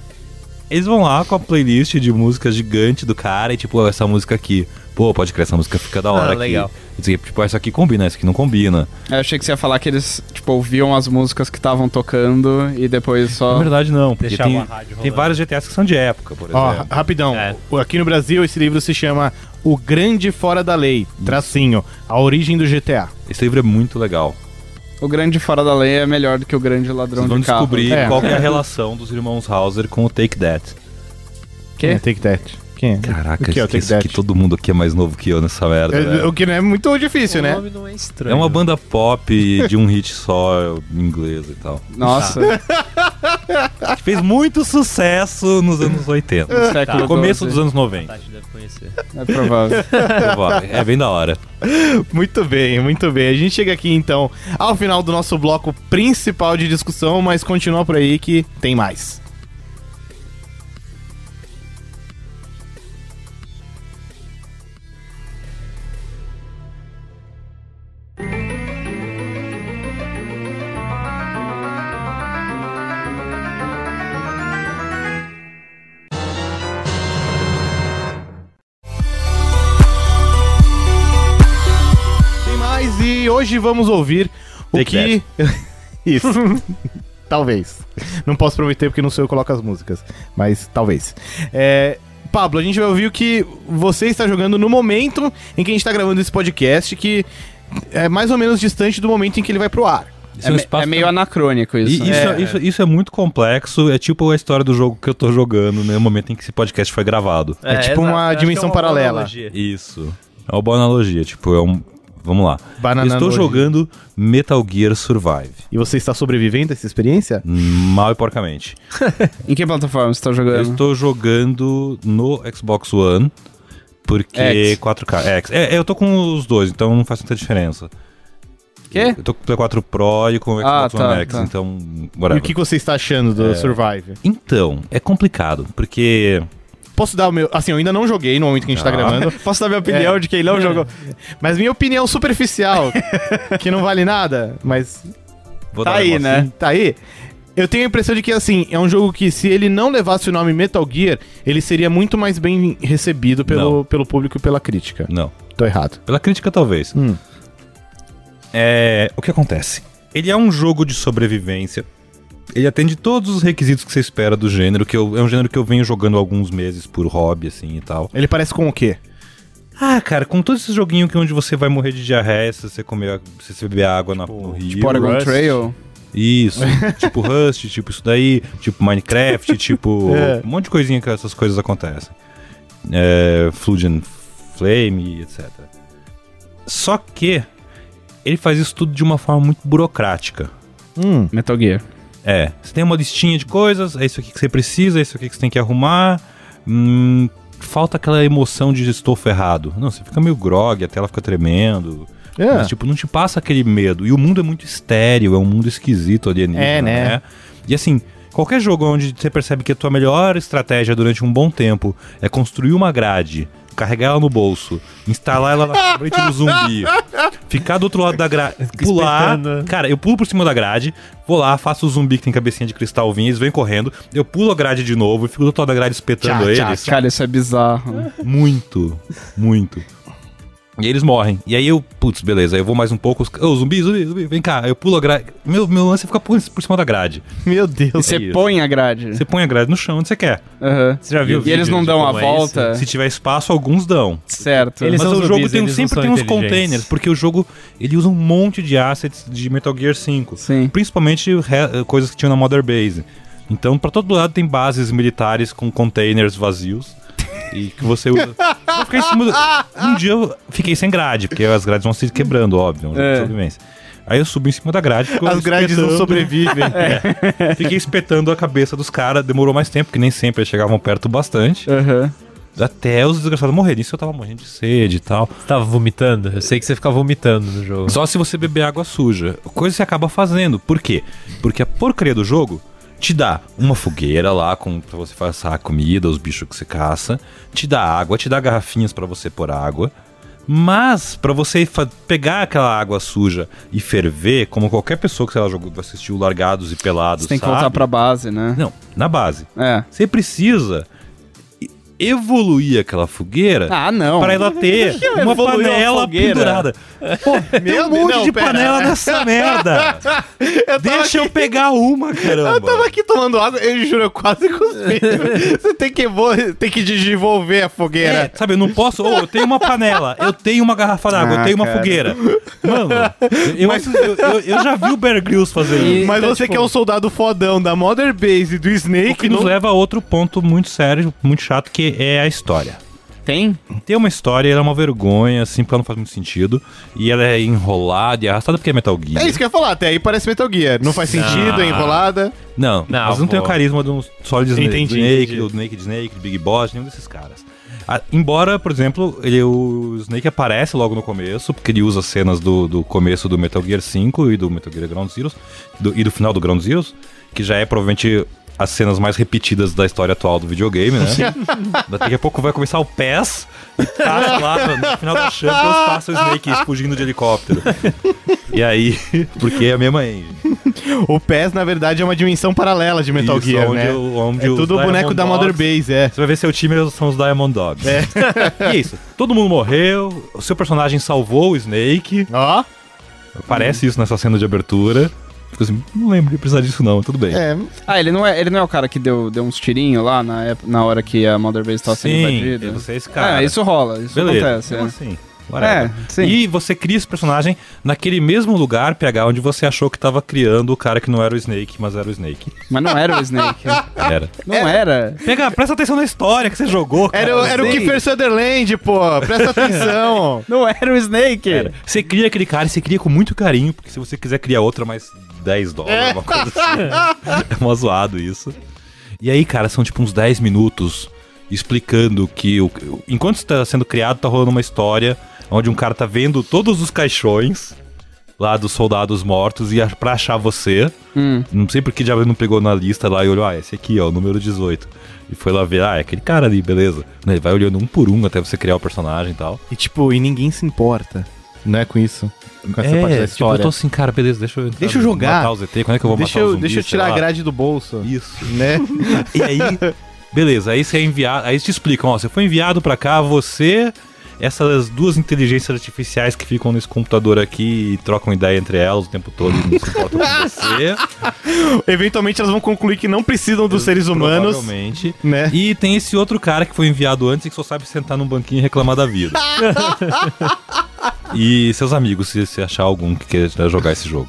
Speaker 2: eles vão lá com a playlist de música gigante do cara e tipo, "Ó, essa música aqui. Pô, pode crer, essa música fica da hora
Speaker 4: Ah,
Speaker 2: aqui.
Speaker 4: legal.
Speaker 2: Não sei o quê, Tipo, essa aqui combina, essa aqui não combina.
Speaker 3: Eu achei que você ia falar que eles, tipo, tipo, ouviam as músicas que estavam tocando e depois
Speaker 2: Na
Speaker 3: só.
Speaker 2: É verdade, não, porque
Speaker 4: Deixava a
Speaker 2: tem,
Speaker 4: rádio
Speaker 2: tem
Speaker 4: rolando.
Speaker 2: vários GTAs que são de época, por
Speaker 1: Ó,
Speaker 2: exemplo.
Speaker 1: rapidão.
Speaker 4: É.
Speaker 1: O- Aqui no Brasil, esse livro se chama O Grande Fora da Lei, tracinho, a origem do GTA.
Speaker 2: Esse livro é muito legal.
Speaker 3: O grande fora da lei é melhor do que o grande ladrão
Speaker 2: Vocês vão
Speaker 3: de carro.
Speaker 2: descobrir
Speaker 1: É.
Speaker 2: qual que é a relação dos irmãos Hauser com o Take That.
Speaker 3: Quê?
Speaker 1: É, Take That. Quem é?
Speaker 2: Caraca,
Speaker 1: o que é o Take
Speaker 2: esqueci
Speaker 1: That?
Speaker 2: que todo mundo aqui é mais novo que eu nessa merda.
Speaker 1: É,
Speaker 2: velho.
Speaker 1: o que não é muito difícil,
Speaker 4: o
Speaker 1: né?
Speaker 4: nome não é
Speaker 2: É,
Speaker 4: estranho.
Speaker 2: uma banda pop de um hit só em inglês e tal.
Speaker 3: Nossa,
Speaker 2: Que fez muito sucesso nos anos 80.
Speaker 3: no século
Speaker 2: No Tá. começo dos
Speaker 3: XII,
Speaker 2: anos 90.
Speaker 4: Tati deve conhecer.
Speaker 3: É provável.
Speaker 2: provável. É bem da hora.
Speaker 1: Muito bem, muito bem. A gente chega aqui então ao final do nosso bloco principal de discussão, mas continua por aí que tem mais. Tem mais e hoje vamos ouvir o
Speaker 2: Take
Speaker 1: que. Isso. talvez. Não posso prometer porque não sou eu que coloco as músicas, mas talvez. É, Pablo, a gente vai ouvir o que você está jogando no momento em que a gente está gravando esse podcast, que é mais ou menos distante do momento em que ele vai pro ar.
Speaker 2: Isso
Speaker 3: É,
Speaker 2: um
Speaker 3: me-
Speaker 2: espaço
Speaker 3: é meio anacrônico
Speaker 2: E
Speaker 3: isso.
Speaker 2: Isso,
Speaker 3: né?
Speaker 2: é, isso, isso é muito complexo, é tipo a história do jogo que eu tô jogando no momento em que esse podcast foi gravado.
Speaker 1: É tipo uma
Speaker 4: exato, eu acho que
Speaker 1: dimensão
Speaker 4: boa
Speaker 1: paralela.
Speaker 4: analogia.
Speaker 2: Isso. É uma boa analogia, tipo, é um. Vamos lá. Eu
Speaker 1: Banana
Speaker 2: Estou
Speaker 1: Nojo.
Speaker 2: jogando Metal Gear Survive.
Speaker 1: E você está sobrevivendo a essa experiência?
Speaker 2: Mal e porcamente.
Speaker 3: Em que plataforma você tá
Speaker 1: É.
Speaker 2: Eu
Speaker 3: jogando?
Speaker 2: estou jogando no Xbox One, porque
Speaker 3: X.
Speaker 2: 4K. É, X. É, eu tô com os dois, então não faz tanta diferença.
Speaker 3: Quê?
Speaker 2: Eu tô com o Play 4 Pro e com o
Speaker 3: Ah,
Speaker 2: Xbox
Speaker 3: tá,
Speaker 2: One X,
Speaker 3: tá.
Speaker 2: então.
Speaker 1: E
Speaker 2: Whatever.
Speaker 1: o que que você está achando
Speaker 2: É.
Speaker 1: do Survive?
Speaker 2: Então, é complicado, porque.
Speaker 1: Posso dar o meu. Assim, eu ainda não joguei no momento que a gente tá
Speaker 2: Ah.
Speaker 1: gravando. Posso dar minha opinião de quem não jogou? Mas minha opinião superficial, que não vale nada, mas
Speaker 2: Vou
Speaker 1: tá
Speaker 2: dar um
Speaker 1: aí,
Speaker 2: negocinho.
Speaker 1: né? Tá aí. Eu tenho a impressão de que, assim, é um jogo que se ele não levasse o nome Metal Gear, ele seria muito mais bem recebido pelo,
Speaker 2: Não.
Speaker 1: pelo público e pela crítica.
Speaker 2: Não.
Speaker 1: Tô errado.
Speaker 2: Pela crítica, talvez.
Speaker 1: Hum.
Speaker 2: É, o que acontece? Ele é um jogo de sobrevivência. Ele atende todos os requisitos que você espera do gênero, que eu- é um gênero que eu venho jogando há alguns meses por hobby, assim, e tal.
Speaker 1: Ele parece com o quê?
Speaker 2: Ah, cara, com todo esse joguinho que é onde você vai morrer de diarreia se você comer, se você beber água na, no rio.
Speaker 3: Tipo Oregon Trail?
Speaker 2: Isso, tipo Rust, tipo isso daí, tipo Minecraft, tipo.
Speaker 1: É.
Speaker 2: Um monte de coisinha que essas coisas acontecem. É, Flugen Flame, etc. Só que ele faz isso tudo de uma forma muito burocrática.
Speaker 1: Hum.
Speaker 3: Metal Gear.
Speaker 2: É, você tem uma listinha de coisas, é isso aqui que você precisa, é isso aqui que você tem que arrumar. Hum, falta aquela emoção de estou ferrado. Não, você fica meio grog, a tela fica tremendo.
Speaker 1: É.
Speaker 2: Mas, tipo, não te passa aquele medo. E o mundo é muito estéreo, é um mundo esquisito alienígena,
Speaker 1: É, né?
Speaker 2: E assim, qualquer jogo onde você percebe que a tua melhor estratégia durante um bom tempo é construir uma grade, carregar ela no bolso, instalar ela na frente do zumbi, ficar do outro lado da grade, pular.
Speaker 1: né?
Speaker 4: espetando.
Speaker 2: Cara, eu pulo por cima da grade, vou lá, faço o zumbi que tem cabecinha de cristal vir, eles vêm correndo, eu pulo a grade de novo, eu fico do outro lado da grade espetando
Speaker 1: Tchá, tchá,
Speaker 2: eles.
Speaker 3: Cara, isso é bizarro.
Speaker 2: Muito, muito. E aí eles morrem. E aí eu, putz, beleza, eu vou mais um pouco. os- Ô, zumbi, zumbi, zumbi, vem cá. Eu pulo a grade. Meu, meu lance é ficar por, por cima da grade.
Speaker 1: Meu
Speaker 3: E
Speaker 1: Deus.
Speaker 3: você
Speaker 2: isso.
Speaker 3: põe a grade.
Speaker 2: Você põe a grade no chão onde você quer.
Speaker 3: Aham.
Speaker 4: Você já viu
Speaker 3: E eles
Speaker 4: vídeo
Speaker 3: não
Speaker 4: de
Speaker 3: dão a
Speaker 4: como é isso?
Speaker 3: volta?
Speaker 2: Se tiver espaço, alguns dão.
Speaker 3: Certo.
Speaker 4: Eles
Speaker 2: Mas
Speaker 4: são
Speaker 2: o jogo
Speaker 4: zumbis,
Speaker 2: tem,
Speaker 4: eles não
Speaker 2: sempre
Speaker 4: são
Speaker 2: tem uns
Speaker 4: inteligentes.
Speaker 2: containers, porque o jogo ele usa um monte de assets de Metal Gear 5.
Speaker 3: Sim.
Speaker 2: Principalmente re- eh, coisas que tinham na Mother Base. Então, pra todo lado tem bases militares com containers vazios. E que você usa. Eu fiquei em cima do- Um dia eu fiquei sem grade, porque as grades vão se quebrando, óbvio. é um jogo de
Speaker 3: É.
Speaker 2: sobrevivência. Aí eu subi em cima da grade. ficou
Speaker 1: As grades não
Speaker 2: espetando. É.
Speaker 1: sobrevivem.
Speaker 2: Fiquei espetando a cabeça dos caras. Demorou mais tempo, porque nem sempre eles chegavam perto bastante.
Speaker 3: Aham.
Speaker 2: Até os desgraçados morrerem. Isso eu tava morrendo de sede e tal.
Speaker 4: Você tava vomitando? Eu sei que você fica vomitando no jogo.
Speaker 2: Só se você beber água suja. Coisa que você acaba fazendo. Por quê? Porque a porcaria do jogo te dá uma fogueira lá com, pra você passar a comida, os bichos que você caça, te dá água, te dá garrafinhas pra você pôr água. Mas, pra você fa- pegar aquela água suja e ferver, como qualquer pessoa que sei lá, jogou, assistiu Largados e Pelados,
Speaker 3: Você tem que
Speaker 2: sabe?
Speaker 3: voltar pra base, né?
Speaker 2: Não, na base.
Speaker 3: É.
Speaker 2: Você precisa e- evoluir aquela fogueira
Speaker 3: Ah, não.
Speaker 2: para ela ter
Speaker 4: que
Speaker 2: uma
Speaker 4: evoluiu a
Speaker 2: panela
Speaker 4: fogueira?
Speaker 2: pendurada. Pô, tem
Speaker 1: Meu
Speaker 2: um monte
Speaker 1: Deus,
Speaker 2: de
Speaker 1: pera.
Speaker 2: panela nessa merda.
Speaker 1: Eu tava
Speaker 2: Deixa eu
Speaker 1: aqui-
Speaker 2: pegar uma, caramba.
Speaker 1: Eu tava aqui tomando água, eu juro, eu quase cuspi. Você tem que, evol- tem que desenvolver a
Speaker 2: É,
Speaker 1: fogueira.
Speaker 2: sabe, eu não posso. Ô, eu tenho uma panela, eu tenho uma garrafa d'água, eu
Speaker 3: Ah,
Speaker 2: tenho uma
Speaker 3: cara.
Speaker 2: fogueira. Mano, eu, eu, eu- eu já vi o Bear Grylls fazer isso.
Speaker 4: E-
Speaker 1: Mas
Speaker 4: então,
Speaker 1: você
Speaker 4: tipo-
Speaker 1: que é um soldado fodão da Mother Base e do Snake...
Speaker 2: tá O que nos
Speaker 1: não-
Speaker 2: leva a outro ponto muito sério, muito chato, que é a história.
Speaker 3: Tem?
Speaker 2: Tem uma história, ela é uma vergonha, assim, porque ela não faz muito sentido. E ela é enrolada e arrastada porque é Metal Gear.
Speaker 1: É isso que eu ia falar, até aí parece Metal Gear. Não faz sentido, é enrolada.
Speaker 2: Não,
Speaker 4: Não,
Speaker 2: mas não tem o
Speaker 4: pô.
Speaker 2: carisma de um Solid Snake,
Speaker 1: Entendi,
Speaker 2: do Snake,
Speaker 1: entendi.
Speaker 2: do Naked Snake, do Big Boss, nenhum desses caras. Ah, embora, por exemplo, ele, o Snake aparece logo no começo, porque ele usa cenas do, do começo do Metal Gear 5 e do Metal Gear Ground Zeroes, do- e do final do Ground Zeroes, que já é provavelmente as cenas mais repetidas da história atual do videogame, né? Daqui a pouco vai começar o PES e tá lá no- no final da Champions, passa o Snake fugindo de helicóptero. E aí, porque é a mesma engine.
Speaker 1: O PES, na verdade, é uma dimensão paralela de Metal
Speaker 2: Isso,
Speaker 1: Gear,
Speaker 2: onde
Speaker 1: né?
Speaker 2: o- onde
Speaker 1: é
Speaker 2: os
Speaker 1: tudo o boneco
Speaker 2: Diamond
Speaker 1: da Mother
Speaker 2: Dogs-
Speaker 1: Base, é.
Speaker 2: Você vai ver seu time são os Diamond Dogs. É. e é isso. Todo mundo morreu, o seu personagem salvou o Snake.
Speaker 1: Ó,
Speaker 2: Aparece isso nessa cena de abertura. Fico assim, não lembro de precisar disso não, tudo bem.
Speaker 1: é.
Speaker 3: Ah, ele não é, ele não é o cara que deu, deu uns tirinhos lá na, época- na hora que a Mother Base tava sendo
Speaker 2: Sim,
Speaker 3: invadida?
Speaker 2: você é esse cara.
Speaker 3: É, isso rola, isso acontece.
Speaker 2: Beleza.
Speaker 3: é.
Speaker 2: Então, assim, whatever.
Speaker 3: É, sim.
Speaker 2: E você cria esse personagem naquele mesmo lugar, PH, onde você achou que tava criando o cara que não era o Snake, mas era o Snake.
Speaker 3: Mas não era o Snake.
Speaker 2: Era.
Speaker 3: Não era.
Speaker 2: PH, presta atenção na história que você jogou, cara.
Speaker 1: É, Era, o- era o
Speaker 3: Sim.
Speaker 1: Kiefer Sutherland, pô. Presta atenção.
Speaker 3: Não era o Snake.
Speaker 2: Cara, você cria aquele cara e você cria com muito carinho, porque se você quiser criar outra, mais 10 dólares, uma coisa assim. é mó zoado isso. E aí, cara, são tipo uns 10 minutos explicando que o, enquanto está sendo criado, tá rolando uma história onde um cara tá vendo todos os caixões lá dos soldados mortos e ach- pra achar você.
Speaker 3: Hum.
Speaker 2: Não sei porque já não pegou na lista lá e olhou, ah, esse aqui, ó, o número 18. E foi lá ver, ah, é aquele cara ali, beleza. Ele vai olhando um por um até você criar o personagem e tal.
Speaker 1: E tipo, e ninguém se importa, né, com isso. Com essa parte
Speaker 2: é,
Speaker 1: da
Speaker 2: tipo, eu
Speaker 1: história.
Speaker 2: tô assim, cara, beleza, deixa eu entrar,
Speaker 1: Deixa eu jogar.
Speaker 2: Matar o ZT, quando é que eu vou
Speaker 1: deixa,
Speaker 2: matar
Speaker 1: eu,
Speaker 2: o zumbi,
Speaker 1: deixa eu
Speaker 2: sei
Speaker 1: tirar a
Speaker 2: lá.
Speaker 1: grade do bolso,
Speaker 2: Isso.
Speaker 1: né?
Speaker 2: E aí, beleza, aí você é enviado, aí eles te explicam, ó, você foi enviado pra cá, você, essas duas inteligências artificiais que ficam nesse computador aqui e trocam ideia entre elas o tempo todo e não se importam com você.
Speaker 1: Eventualmente elas vão concluir que não precisam dos seres humanos,
Speaker 2: Provavelmente.
Speaker 1: né?
Speaker 2: E tem esse outro cara que foi enviado antes e que só sabe sentar num banquinho e reclamar da vida. e seus amigos, se você achar algum que queira né, jogar esse jogo.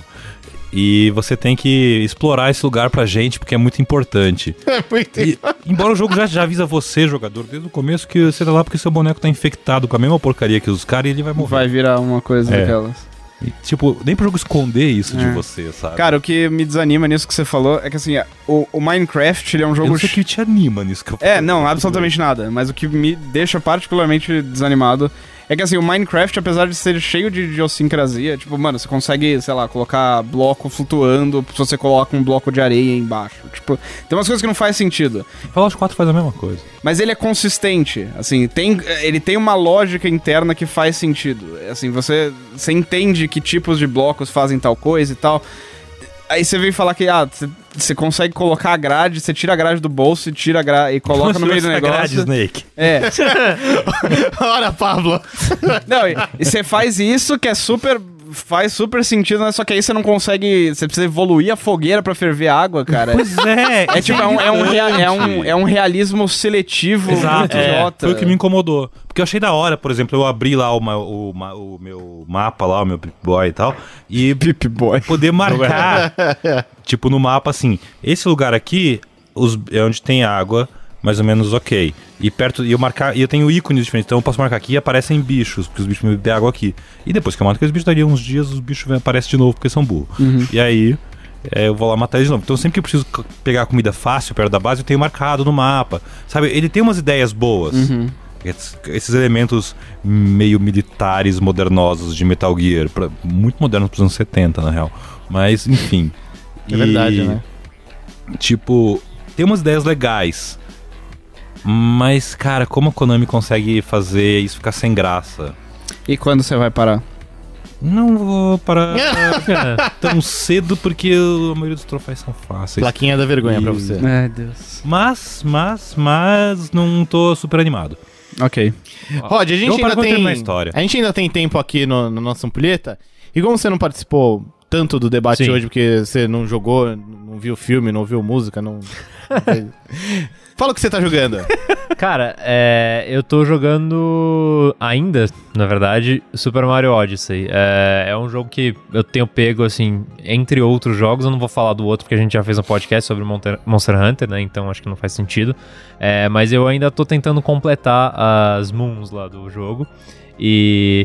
Speaker 2: E você tem que explorar esse lugar pra gente, porque é muito importante.
Speaker 1: É muito
Speaker 2: E, embora o jogo já, já avisa você, jogador, desde o começo, que você tá lá porque seu boneco tá infectado com a mesma porcaria que os caras e ele vai morrer.
Speaker 3: Vai virar uma coisa
Speaker 2: É.
Speaker 3: daquelas.
Speaker 2: E, tipo, nem pro jogo esconder isso de
Speaker 3: É.
Speaker 2: você, sabe?
Speaker 3: Cara, o que me desanima nisso que você falou é que assim, o, o Minecraft ele é um
Speaker 2: eu
Speaker 3: jogo.
Speaker 2: não sei o
Speaker 3: ch-
Speaker 2: que te anima nisso que eu
Speaker 3: É, não, absolutamente nada. Mas o que me deixa particularmente desanimado é que assim, o Minecraft, apesar de ser cheio de idiosincrasia, tipo, mano, você consegue, sei lá, colocar bloco flutuando se você coloca um bloco de areia embaixo. Tipo, tem umas coisas que não faz sentido.
Speaker 2: Fallout 4 faz a mesma coisa.
Speaker 3: Mas ele é consistente, assim, tem, ele tem uma lógica interna que faz sentido. Assim, você, você entende que tipos de blocos fazem tal coisa e tal. Aí você vem falar que, ah, você- você consegue colocar a grade, você tira a grade do bolso e tira a gra- e coloca no meio do
Speaker 2: Essa
Speaker 3: negócio.
Speaker 2: grade, Snake.
Speaker 3: É.
Speaker 1: Ora, Pablo.
Speaker 3: Não, e e você faz isso que é super. Faz super sentido, né? Só que aí você não consegue. Você precisa evoluir a fogueira pra ferver água, cara.
Speaker 2: Pois é.
Speaker 3: É tipo, é um, é um, rea- é um, é um realismo seletivo muito
Speaker 2: Exato, é,
Speaker 3: idiota.
Speaker 2: foi o que me incomodou. Porque eu achei da hora, por exemplo, eu abri lá o, ma- o ma- o meu mapa lá, o meu Pip Boy e tal, e
Speaker 3: Pip Boy. é.
Speaker 2: poder marcar, tipo, no mapa assim, esse lugar aqui os- é onde tem água, mais ou menos ok. E perto, e eu marcar, e eu tenho ícones diferentes, então eu posso marcar aqui e aparecem bichos, porque os bichos me bebem água aqui. E depois que eu marco os bichos, daria uns dias, os bichos vêm- aparecem de novo, porque são burros.
Speaker 3: Uhum.
Speaker 2: E aí. é, eu vou lá matar eles de novo. Então, sempre que eu preciso c- pegar comida fácil perto da base, eu tenho marcado no mapa. Sabe, ele tem umas ideias boas.
Speaker 1: Uhum.
Speaker 2: Esses, esses elementos meio militares modernosos de Metal Gear, pra- muito modernos pros anos 70, na real. Mas, enfim.
Speaker 1: É verdade,
Speaker 2: E,
Speaker 1: né?
Speaker 2: Tipo, tem umas ideias legais. Mas, cara, como a Konami consegue fazer isso ficar sem graça?
Speaker 3: E quando você vai parar?
Speaker 2: Não vou parar tão cedo porque eu- a maioria dos troféus são fáceis.
Speaker 1: Plaquinha da vergonha
Speaker 2: E-
Speaker 1: pra você.
Speaker 3: Ai, Deus.
Speaker 2: Mas, mas, mas não tô super animado.
Speaker 3: Ok.
Speaker 1: Rod, a gente
Speaker 2: Então, para
Speaker 1: ainda
Speaker 2: quando
Speaker 1: tem
Speaker 2: terminar a história.
Speaker 1: a gente ainda tem tempo aqui no, no nosso ampulheta. E como você não participou tanto do debate
Speaker 2: Sim.
Speaker 1: hoje porque você não jogou, não viu filme, não ouviu música, não. não fez- Fala o que você tá jogando.
Speaker 4: Cara, é, eu tô jogando ainda, na verdade, Super Mario Odyssey. É, é um jogo que eu tenho pego, assim, entre outros jogos. Eu não vou falar do outro porque a gente já fez um podcast sobre Monter- Monster Hunter, né? Então acho que não faz sentido. É, mas eu ainda tô tentando completar as moons lá do jogo. E.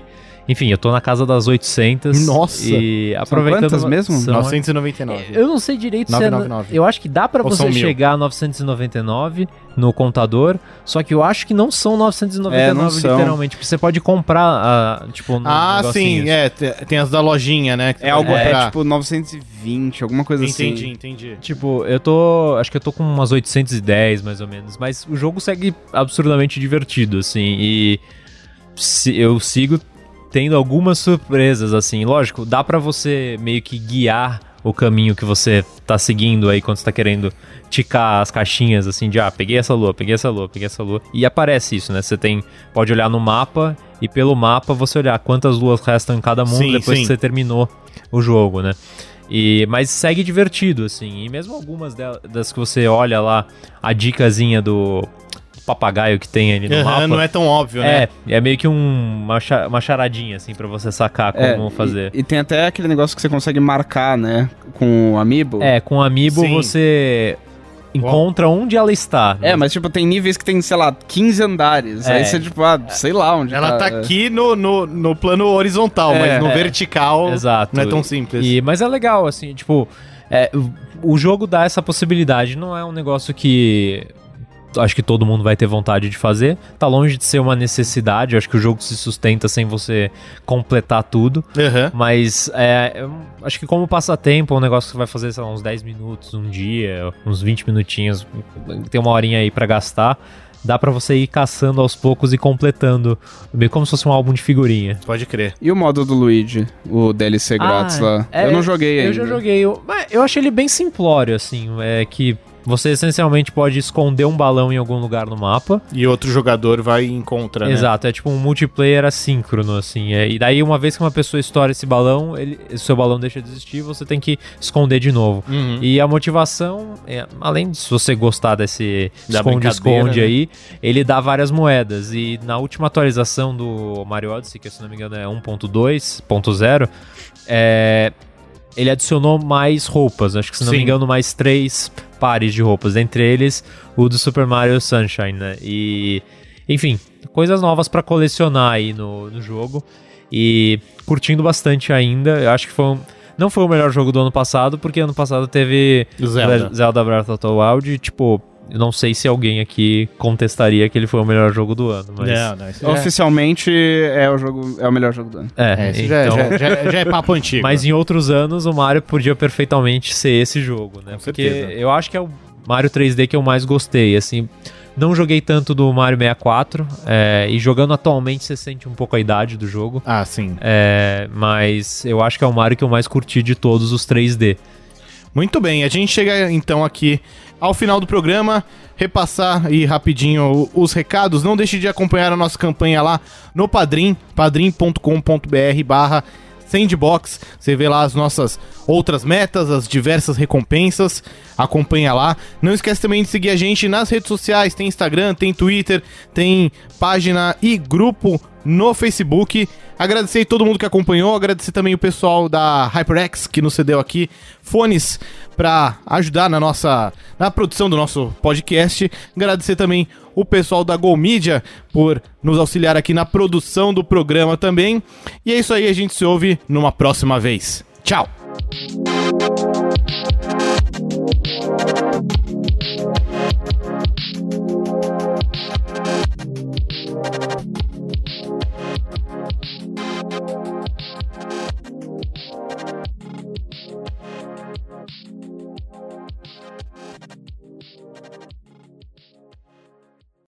Speaker 4: Enfim, eu tô na casa das 800.
Speaker 1: Nossa!
Speaker 4: E aproveitando.
Speaker 3: quantas mesmo?
Speaker 4: São
Speaker 1: 999.
Speaker 4: eu não sei direito se é.
Speaker 1: 999.
Speaker 4: Eu acho que dá pra
Speaker 1: Ou são
Speaker 4: você
Speaker 1: mil?
Speaker 4: chegar a 999 no contador, só que eu acho que não são 999
Speaker 3: É, não são.
Speaker 4: literalmente, porque você pode comprar, ah, tipo, no
Speaker 1: Ah, sim, é, te- tem as da lojinha, né? que você
Speaker 3: É algo,
Speaker 1: pode
Speaker 3: é,
Speaker 1: comprar.
Speaker 3: tipo 920, alguma coisa
Speaker 1: Entendi,
Speaker 3: assim.
Speaker 1: entendi.
Speaker 4: Tipo, eu tô. Acho que eu tô com umas 810 mais ou menos. Mas o jogo segue absurdamente divertido, assim. E se- eu sigo tendo algumas surpresas, assim. Lógico, dá pra você meio que guiar o caminho que você tá seguindo aí quando você tá querendo ticar as caixinhas, assim, de ah, peguei essa lua, peguei essa lua, peguei essa lua. E aparece isso, né? Você tem. Pode olhar no mapa e pelo mapa você olhar quantas luas restam em cada mundo
Speaker 1: Sim,
Speaker 4: depois
Speaker 1: sim.
Speaker 4: que você terminou o jogo, né? E, mas segue divertido, assim. E mesmo algumas dela- das que você olha lá, a dicasinha do papagaio que tem ali no
Speaker 1: Aham,
Speaker 4: mapa.
Speaker 1: não é tão óbvio, né?
Speaker 4: é, é meio que um- uma, cha- uma charadinha, assim, pra você sacar
Speaker 3: É,
Speaker 4: como fazer.
Speaker 3: E, e tem até aquele negócio que você consegue marcar, né? Com o Amiibo.
Speaker 4: É, com o Amiibo
Speaker 1: Sim.
Speaker 4: você encontra onde ela está.
Speaker 3: É, mas tipo, tem níveis que tem, sei lá, 15 andares.
Speaker 4: É.
Speaker 3: Aí você, tipo, ah, sei lá onde
Speaker 1: Ela tá
Speaker 3: é.
Speaker 1: aqui no, no, no plano horizontal,
Speaker 3: É,
Speaker 1: mas no
Speaker 4: é.
Speaker 1: vertical
Speaker 4: Exato.
Speaker 1: não é tão simples.
Speaker 4: E- mas é legal, assim, tipo, é, o- o jogo dá essa possibilidade, não é um negócio que acho que todo mundo vai ter vontade de fazer. Tá longe de ser uma necessidade, acho que o jogo se sustenta sem você completar tudo.
Speaker 1: Aham.
Speaker 4: Mas é, eu acho que como passatempo, é um negócio que você vai fazer, sei lá, uns 10 minutos, um dia, uns 20 minutinhos, tem uma horinha aí pra gastar. Dá pra você ir caçando aos poucos e completando, meio como se fosse um álbum de figurinha.
Speaker 1: Pode crer.
Speaker 3: E o modo do Luigi, o DLC grátis
Speaker 4: Ah,
Speaker 3: lá?
Speaker 4: é,
Speaker 3: eu não joguei ainda.
Speaker 4: Eu já joguei. Eu, mas eu achei ele bem simplório, assim. É que você essencialmente pode esconder um balão em algum lugar no mapa.
Speaker 1: E outro jogador vai e encontra, né?
Speaker 4: Exato, é tipo um multiplayer assíncrono, assim. é, e daí, uma vez que uma pessoa estoura esse balão, ele, esse seu balão deixa de existir, você tem que esconder de novo.
Speaker 1: Uhum.
Speaker 4: E a motivação, é, além de se você gostar desse
Speaker 1: Da
Speaker 4: esconde-esconde
Speaker 1: brincadeira, né?
Speaker 4: aí, ele dá várias moedas. E na última atualização do Mario Odyssey, que se não me engano é 1.2.0, é, ele adicionou mais roupas. Acho que se não
Speaker 1: Sim.
Speaker 4: me engano, mais três pares de roupas. Entre eles, o do Super Mario Sunshine, né? E, enfim, coisas novas pra colecionar aí no, no jogo. E curtindo bastante ainda. Eu acho que foi um- não foi o melhor jogo do ano passado, porque ano passado teve
Speaker 1: Zelda.
Speaker 4: Zelda Breath of the Wild. E, tipo, eu não sei se alguém aqui contestaria que ele foi o melhor jogo do ano. Mas...
Speaker 1: Não, não, isso já-
Speaker 3: Oficialmente é o jogo, é o melhor jogo do ano.
Speaker 4: É,
Speaker 1: é, isso já-
Speaker 4: então...
Speaker 1: já, já- já é papo antigo.
Speaker 4: Mas em outros anos o Mario podia perfeitamente ser esse jogo, né?
Speaker 1: Com
Speaker 4: Porque
Speaker 1: certeza.
Speaker 4: eu acho que é o Mario 3D que eu mais gostei, assim. Não joguei tanto do Mario 64, é, e jogando atualmente você sente um pouco a idade do jogo,
Speaker 1: Ah, sim.
Speaker 4: é, mas eu acho que é o Mario que eu mais curti de todos os 3D.
Speaker 1: Muito bem, a gente chega então aqui ao final do programa, repassar aí rapidinho o- os recados. Não deixe de acompanhar a nossa campanha lá no Padrim, padrim.com.br barra Sandbox. Você vê lá as nossas outras metas, as diversas recompensas. Acompanha lá. Não esquece também de seguir a gente nas redes sociais. Tem Instagram, tem Twitter, tem página e grupo no Facebook. Agradecer todo mundo que acompanhou, agradecer também o pessoal da HyperX que nos cedeu aqui fones para ajudar na nossa na produção do nosso podcast. Agradecer também o pessoal da Go Media por nos auxiliar aqui na produção do programa também. E é isso aí, a gente se ouve numa próxima vez. Tchau.